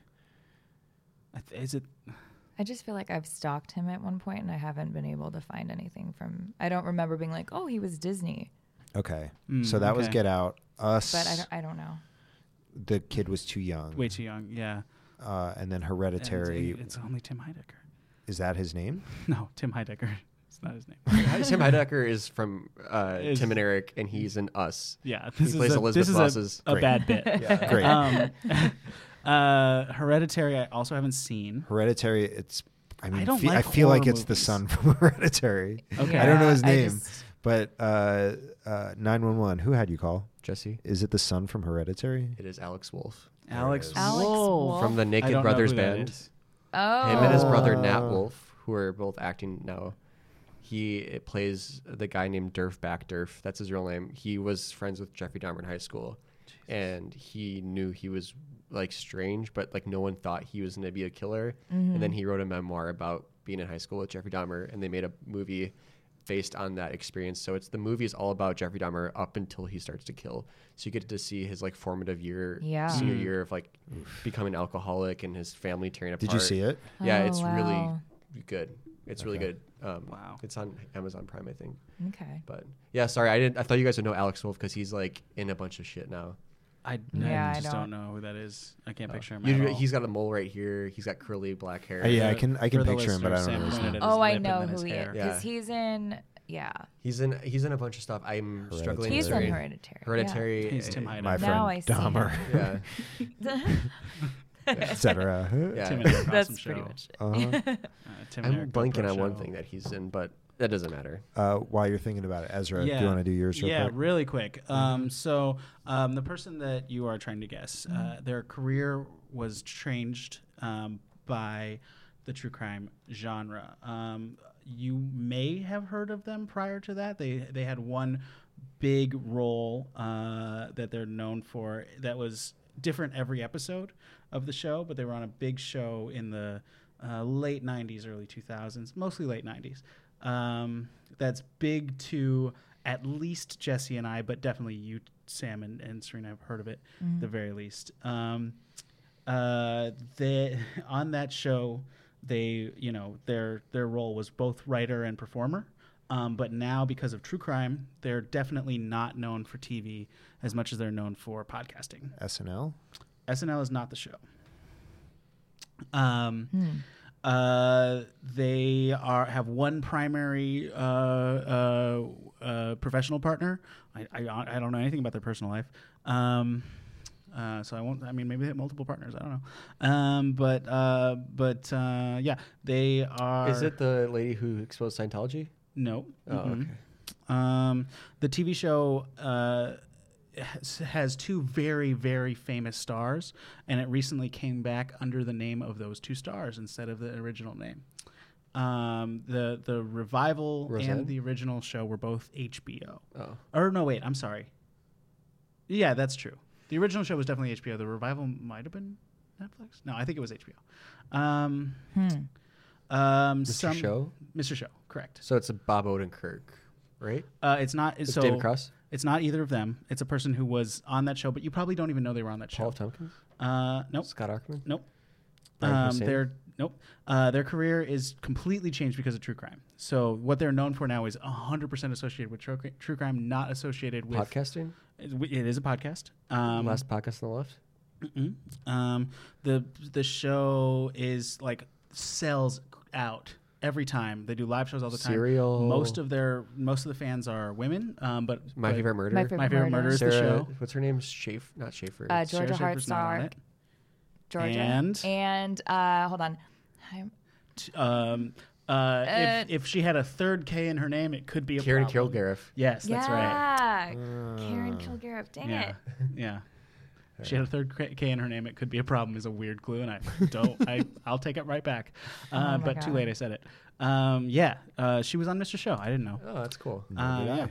Speaker 1: I th- is it?
Speaker 5: I just feel like I've stalked him at one point and I haven't been able to find anything from. I don't remember being like, oh, he was Disney,
Speaker 4: Okay.
Speaker 1: Mm,
Speaker 4: so that was
Speaker 1: okay.
Speaker 4: Get Out. Us.
Speaker 5: but I don't, I don't know.
Speaker 4: the kid was too young.
Speaker 1: Way too young. Yeah.
Speaker 4: Uh, and
Speaker 1: And
Speaker 4: then
Speaker 1: it's-
Speaker 4: Hereditary.
Speaker 1: It's, only Tim Heidecker.
Speaker 4: Is that his name?
Speaker 1: No, Tim Heidecker. It's not his name.
Speaker 3: Tim Heidecker is from uh,
Speaker 1: Is-
Speaker 3: Tim and Eric, and he's in Us.
Speaker 1: Yeah, this
Speaker 3: plays
Speaker 1: is a,
Speaker 3: Elizabeth
Speaker 1: this is a-
Speaker 3: Moss's-
Speaker 1: a,
Speaker 4: Great.
Speaker 1: bad bit.
Speaker 4: Great.
Speaker 1: um, uh, Hereditary, I also haven't seen.
Speaker 4: Hereditary. It's. I mean,
Speaker 1: don't
Speaker 4: fe-
Speaker 1: like
Speaker 4: I feel like
Speaker 1: horror
Speaker 4: it's the
Speaker 1: movies.
Speaker 4: son from Hereditary.
Speaker 1: Okay.
Speaker 4: I don't know his
Speaker 5: Yeah, I
Speaker 4: name,
Speaker 5: just-
Speaker 4: but uh, uh, nine one one. Who had you call?
Speaker 3: Jesse.
Speaker 4: Is it the son from Hereditary?
Speaker 3: It is Alex Wolf
Speaker 1: Alex,
Speaker 4: is.
Speaker 5: Alex
Speaker 1: Wolff.
Speaker 5: Wolff.
Speaker 3: from the
Speaker 1: I
Speaker 3: Naked
Speaker 1: don't know
Speaker 3: Brothers
Speaker 1: who that
Speaker 3: Band.
Speaker 1: is.
Speaker 5: Oh.
Speaker 3: Him and his brother Nat
Speaker 4: Oh.
Speaker 3: Wolf, who are both acting now. He it plays the guy named Durfback Durf. That's his real name. He was friends with Jeffrey Dahmer in high school, and he knew he was
Speaker 4: Mm-hmm.
Speaker 3: like strange, but like no one thought he was going to be a killer. And then he wrote a memoir about being in high school with Jeffrey Dahmer, and they made a movie based on that experience. So it's the movie is all about Jeffrey Dahmer up until he starts to kill. So you get to see his like formative year,
Speaker 5: Yeah.
Speaker 3: senior
Speaker 4: Mm.
Speaker 3: year of like becoming an alcoholic and his family tearing apart.
Speaker 4: Did you see it?
Speaker 3: Yeah,
Speaker 5: Oh,
Speaker 3: it's
Speaker 5: wow.
Speaker 3: really good. It's really good. Um,
Speaker 1: Wow.
Speaker 3: It's on Amazon Prime, I think.
Speaker 5: Okay.
Speaker 3: But yeah, sorry, I didn't. I thought you guys would know Alex Wolf because he's like in a bunch of shit now. Uh,
Speaker 1: I,
Speaker 5: Yeah,
Speaker 1: I
Speaker 5: I
Speaker 1: just don't.
Speaker 5: don't-
Speaker 1: know who that is. I
Speaker 4: Oh.
Speaker 1: can't picture him.
Speaker 3: You-
Speaker 1: at all.
Speaker 3: he's got a mole right here. He's got curly black hair.
Speaker 4: Uh, yeah. I
Speaker 1: For-
Speaker 4: can- I can
Speaker 1: for the
Speaker 4: picture him, but I
Speaker 1: listeners,
Speaker 4: don't
Speaker 1: Sam
Speaker 4: know his
Speaker 1: pointed
Speaker 4: name.
Speaker 1: at his
Speaker 5: Oh, I
Speaker 1: lip and
Speaker 5: know
Speaker 1: then his
Speaker 5: who he is
Speaker 1: hair.
Speaker 5: because
Speaker 3: Yeah.
Speaker 5: he's in. Yeah,
Speaker 3: He's in. He's in a bunch of stuff. I'm struggling.
Speaker 5: he's
Speaker 3: to
Speaker 5: in
Speaker 3: read.
Speaker 5: Hereditary.
Speaker 3: Hereditary.
Speaker 1: He's Tim
Speaker 3: uh,
Speaker 1: Heidecker.
Speaker 4: My
Speaker 5: Now I
Speaker 4: friend
Speaker 5: see him.
Speaker 4: Dahmer,
Speaker 3: Yeah.
Speaker 5: Yeah.
Speaker 4: etc.
Speaker 3: Yeah.
Speaker 1: Tim and Eric Awesome
Speaker 5: That's
Speaker 1: show.
Speaker 5: pretty much it.
Speaker 4: Uh-huh.
Speaker 1: Uh, Tim and
Speaker 3: I'm
Speaker 1: Eric
Speaker 3: blanking
Speaker 1: Oprah
Speaker 3: on one
Speaker 1: show.
Speaker 3: thing that he's in, but that doesn't matter.
Speaker 4: Uh, while you're thinking about it, Ezra, do you want to do yours real
Speaker 1: yeah,
Speaker 4: quick? Mm-hmm.
Speaker 1: really quick. Um, so um, the person that you are trying to guess,
Speaker 4: Mm-hmm.
Speaker 1: uh, their career was changed um, by the true crime genre. Um, you may have heard of them prior to that. They they had one big role uh, that they're known for that was different every episode of the show, but they were on a big show in the uh, late 90s, early 2000s, mostly late 90s. Um, that's big to at least Jesse and I, but definitely you, Sam, and, and Serena have heard of it, the very least. Um, uh, they on that show, they you know their their role was both writer and performer. Um, but now, because of true crime, they're definitely not known for TV as much as they're known for podcasting.
Speaker 4: SNL.
Speaker 1: SNL is not the show. Um, uh, they are have one primary uh, uh, uh, professional partner. I, I I don't know anything about their personal life. Um, uh, so I won't. I mean, maybe they have multiple partners. I don't know. Um, but uh, but uh, yeah, they are.
Speaker 3: Is it the lady who exposed Scientology?
Speaker 1: no?
Speaker 3: Oh,
Speaker 1: Mm-mm.
Speaker 3: okay.
Speaker 1: Um, the TV show uh, has, has two very, very famous stars, and it recently came back under the name of those two stars instead of the original name. Um, the the revival
Speaker 3: Roseanne?
Speaker 1: and the original show were both HBO.
Speaker 3: Oh.
Speaker 1: Or no, wait, I'm sorry. Yeah, that's true. The original show was definitely HBO. The revival might have been Netflix. No, I think it was HBO. Um, um,
Speaker 3: Mr.
Speaker 1: some-
Speaker 3: Show?
Speaker 1: Mr. Show, correct.
Speaker 3: So it's a Bob Odenkirk, right?
Speaker 1: Uh, it's not.
Speaker 3: It's
Speaker 1: so
Speaker 3: David Cross,
Speaker 1: It's not either of them. It's a person who was on that show, but you probably don't even know they were on that
Speaker 3: Paul
Speaker 1: show.
Speaker 3: F. Tompkins,
Speaker 1: Uh, nope.
Speaker 3: Scott Ackerman.
Speaker 1: Nope.
Speaker 3: Brian
Speaker 1: Um,
Speaker 3: Posehn?
Speaker 1: their nope. Uh, their career is completely changed because of true crime. So what they're known for now is 100% associated with true, cri- true crime, not associated with
Speaker 3: Podcasting.
Speaker 1: It it is a podcast. Um,
Speaker 3: Last podcast on the left.
Speaker 1: Mm. Um, the the show is like sells out every time. They do live shows all the time.
Speaker 3: Serial.
Speaker 1: Most of their most of the fans are women. Um, but
Speaker 3: My
Speaker 1: but
Speaker 3: favorite murder.
Speaker 5: My Favorite
Speaker 1: My favorite
Speaker 5: Murder.
Speaker 1: murder is the
Speaker 3: Sarah,
Speaker 1: show.
Speaker 3: what's her name? Schaefer, not Schaefer.
Speaker 5: Uh,
Speaker 1: Sarah
Speaker 5: Georgia
Speaker 1: Schaefer's not on
Speaker 5: Hartstark,
Speaker 1: it.
Speaker 5: Georgia,
Speaker 1: And?
Speaker 5: and uh, hold on, I'm,
Speaker 1: t- um, uh, if, if she had a third K in her name, it could be a
Speaker 3: Karen
Speaker 1: problem.
Speaker 3: Kilgariff.
Speaker 1: Yes, that's right.
Speaker 5: yeah, Karen Kilgariff. Dang
Speaker 1: Uh, Yeah,
Speaker 5: it.
Speaker 1: yeah. If she had a third K- K in her name, it could be a problem. Is a weird clue, and I don't. I I'll take it right back. Uh,
Speaker 5: Oh my
Speaker 1: but too
Speaker 5: God.
Speaker 1: late. I said it. Um, yeah, uh, she was on Mr. Show. I didn't know.
Speaker 3: Oh, that's cool.
Speaker 1: Uh,
Speaker 4: did I.
Speaker 1: yeah.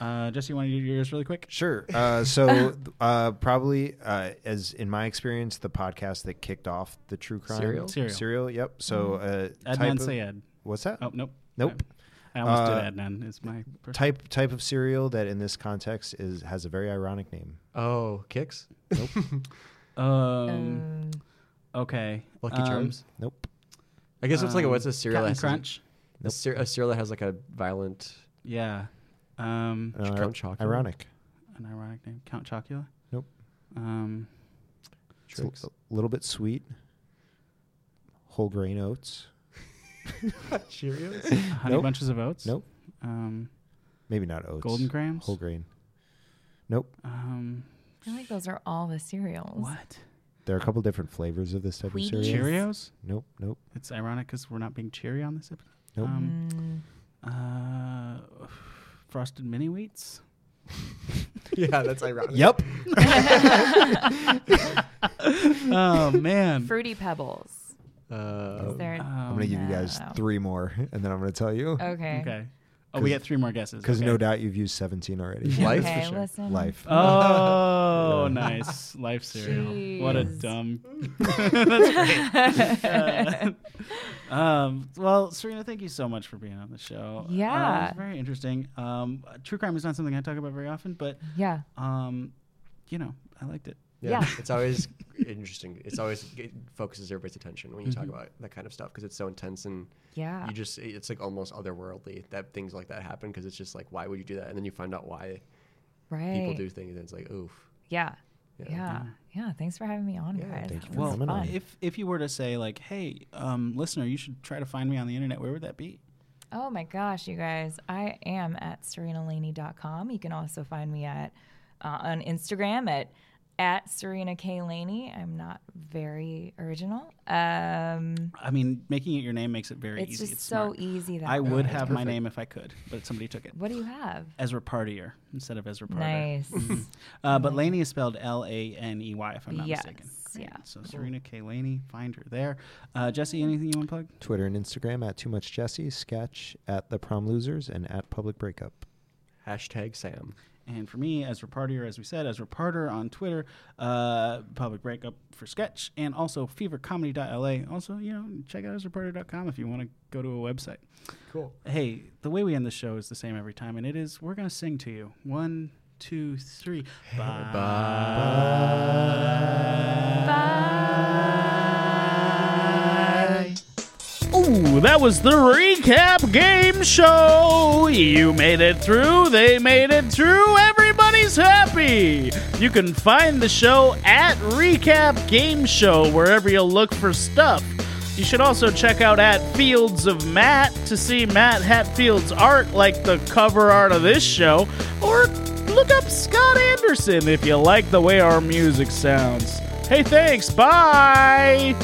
Speaker 1: Uh, Jesse, you want to do yours really quick?
Speaker 4: Sure. Uh, so uh, probably uh, as in my experience, the podcast that kicked off the true crime
Speaker 3: Serial?
Speaker 1: Serial.
Speaker 4: Yep. So uh, type
Speaker 1: Adnan
Speaker 4: of-
Speaker 1: Sayed.
Speaker 4: What's that?
Speaker 1: Oh nope.
Speaker 4: Nope.
Speaker 1: I almost
Speaker 4: Uh,
Speaker 1: did Adnan. Is my first-
Speaker 4: Type type of cereal that in this context is has a very ironic name.
Speaker 3: Oh, kicks.
Speaker 1: um,
Speaker 5: Um,
Speaker 1: okay.
Speaker 3: Lucky
Speaker 1: um,
Speaker 3: Charms.
Speaker 4: Nope.
Speaker 3: I guess it's like a,
Speaker 1: um,
Speaker 3: what's a cereal?
Speaker 1: Captain
Speaker 3: that has-
Speaker 1: Crunch.
Speaker 3: A, cer- a cereal that has like a violent.
Speaker 1: Yeah. Um,
Speaker 4: Uh,
Speaker 3: Count Chocula?
Speaker 4: ironic.
Speaker 1: an ironic name. Count Chocula.
Speaker 4: Nope.
Speaker 1: Um,
Speaker 4: It's a-
Speaker 3: Tricks.
Speaker 4: a little bit sweet. Whole grain oats.
Speaker 3: Cheerios.
Speaker 1: Honey
Speaker 4: Nope.
Speaker 1: Bunches of Oats.
Speaker 4: Nope.
Speaker 1: Um,
Speaker 4: Maybe not oats.
Speaker 1: Golden Grams.
Speaker 4: Whole grain. Nope.
Speaker 1: um,
Speaker 5: I feel like those are all the cereals.
Speaker 1: what?
Speaker 4: There are a couple different flavors of this type
Speaker 5: Wheaties?
Speaker 4: of cereal.
Speaker 5: Cheerio?
Speaker 1: Cheerios.
Speaker 4: Nope. Nope.
Speaker 1: It's ironic because we're not being cheery on this episode.
Speaker 4: Nope.
Speaker 1: Um,
Speaker 5: Mm,
Speaker 1: uh, frosted mini wheats.
Speaker 3: yeah, that's ironic.
Speaker 4: Yep.
Speaker 1: oh man.
Speaker 5: Fruity Pebbles.
Speaker 3: Uh,
Speaker 5: Is there-
Speaker 1: oh, uh,
Speaker 4: I'm gonna give you guys
Speaker 5: No. Oh,
Speaker 4: three more, and then I'm gonna tell you.
Speaker 5: Okay.
Speaker 1: Okay. Oh, we get three more guesses.
Speaker 4: Because
Speaker 1: okay.
Speaker 4: no doubt you've used 17 already.
Speaker 3: Life?
Speaker 5: Okay,
Speaker 3: For sure.
Speaker 5: listen.
Speaker 4: Life.
Speaker 1: Oh, nice. Life cereal. What a
Speaker 5: Jeez.
Speaker 1: dumb. That's great. Uh, um, well, Serena, thank you so much for being on the show. Uh, it
Speaker 5: Yeah.
Speaker 1: was very interesting. Um, true crime is not something I talk about very often, but,
Speaker 5: Yeah.
Speaker 1: um, you know, I liked it.
Speaker 3: Yeah,
Speaker 5: Yeah.
Speaker 3: it's always interesting. It's always it focuses everybody's attention when you
Speaker 5: Mm-hmm.
Speaker 3: talk about that kind of stuff because it's so intense and
Speaker 5: Yeah.
Speaker 3: you just it's like almost otherworldly that things like that happen because it's just like why would you do that and then you find out why
Speaker 5: right.
Speaker 3: people do things and it's like oof.
Speaker 5: Yeah.
Speaker 3: Yeah.
Speaker 5: Yeah. Yeah. Thanks for having me on, guys.
Speaker 4: thank you
Speaker 5: This
Speaker 4: for
Speaker 5: was
Speaker 1: Well, uh,
Speaker 4: coming on.
Speaker 5: fun.
Speaker 1: if if you were to say like, hey, um, listener, you should try to find me on the internet, where would that be?
Speaker 5: Oh my gosh, you guys. I am at serenalaney.com. You can also find me at uh, on Instagram at at Serena K Laney. I'm not very original. Um,
Speaker 1: I mean, making it your name makes it very
Speaker 5: it's
Speaker 1: easy.
Speaker 5: just
Speaker 1: it's
Speaker 5: so
Speaker 1: smart.
Speaker 5: easy that
Speaker 1: I
Speaker 5: way.
Speaker 1: would have my name if I could, but somebody took it.
Speaker 5: What do you have?
Speaker 1: Ezra Partier instead of Ezra Parter.
Speaker 5: Nice.
Speaker 1: Uh, but Laney is spelled L A N E Y, if I'm not
Speaker 5: Mm-hmm. Yes,
Speaker 1: mistaken.
Speaker 5: yeah.
Speaker 1: So Serena K. Laney, find her there. Uh, Jesse, anything you want to plug?
Speaker 4: Twitter and Instagram at Too Much Jesse, sketch at The Prom Losers, and at Public Breakup.
Speaker 3: Hashtag Sam.
Speaker 1: And for me, Ezra Partier, as we said, Ezra Parter on Twitter, uh, Public Breakup for Sketch, and also fevercomedy.la. Also, you know, check out EzraParter.com if you want to go to a website.
Speaker 3: Cool.
Speaker 1: Hey, the way we end the show is the same every time, and it is we're going to sing to you. One, two, three. Bye. Ooh, that was the recap game show. You made it through. They made it through. Everybody's happy. You can find the show at Recap Game Show wherever you look for stuff. You should also check out at Fields of Matt to see Matt Hatfield's art, like the cover art of this show, or look up Scott Anderson if you like the way our music sounds. Hey, thanks. Bye.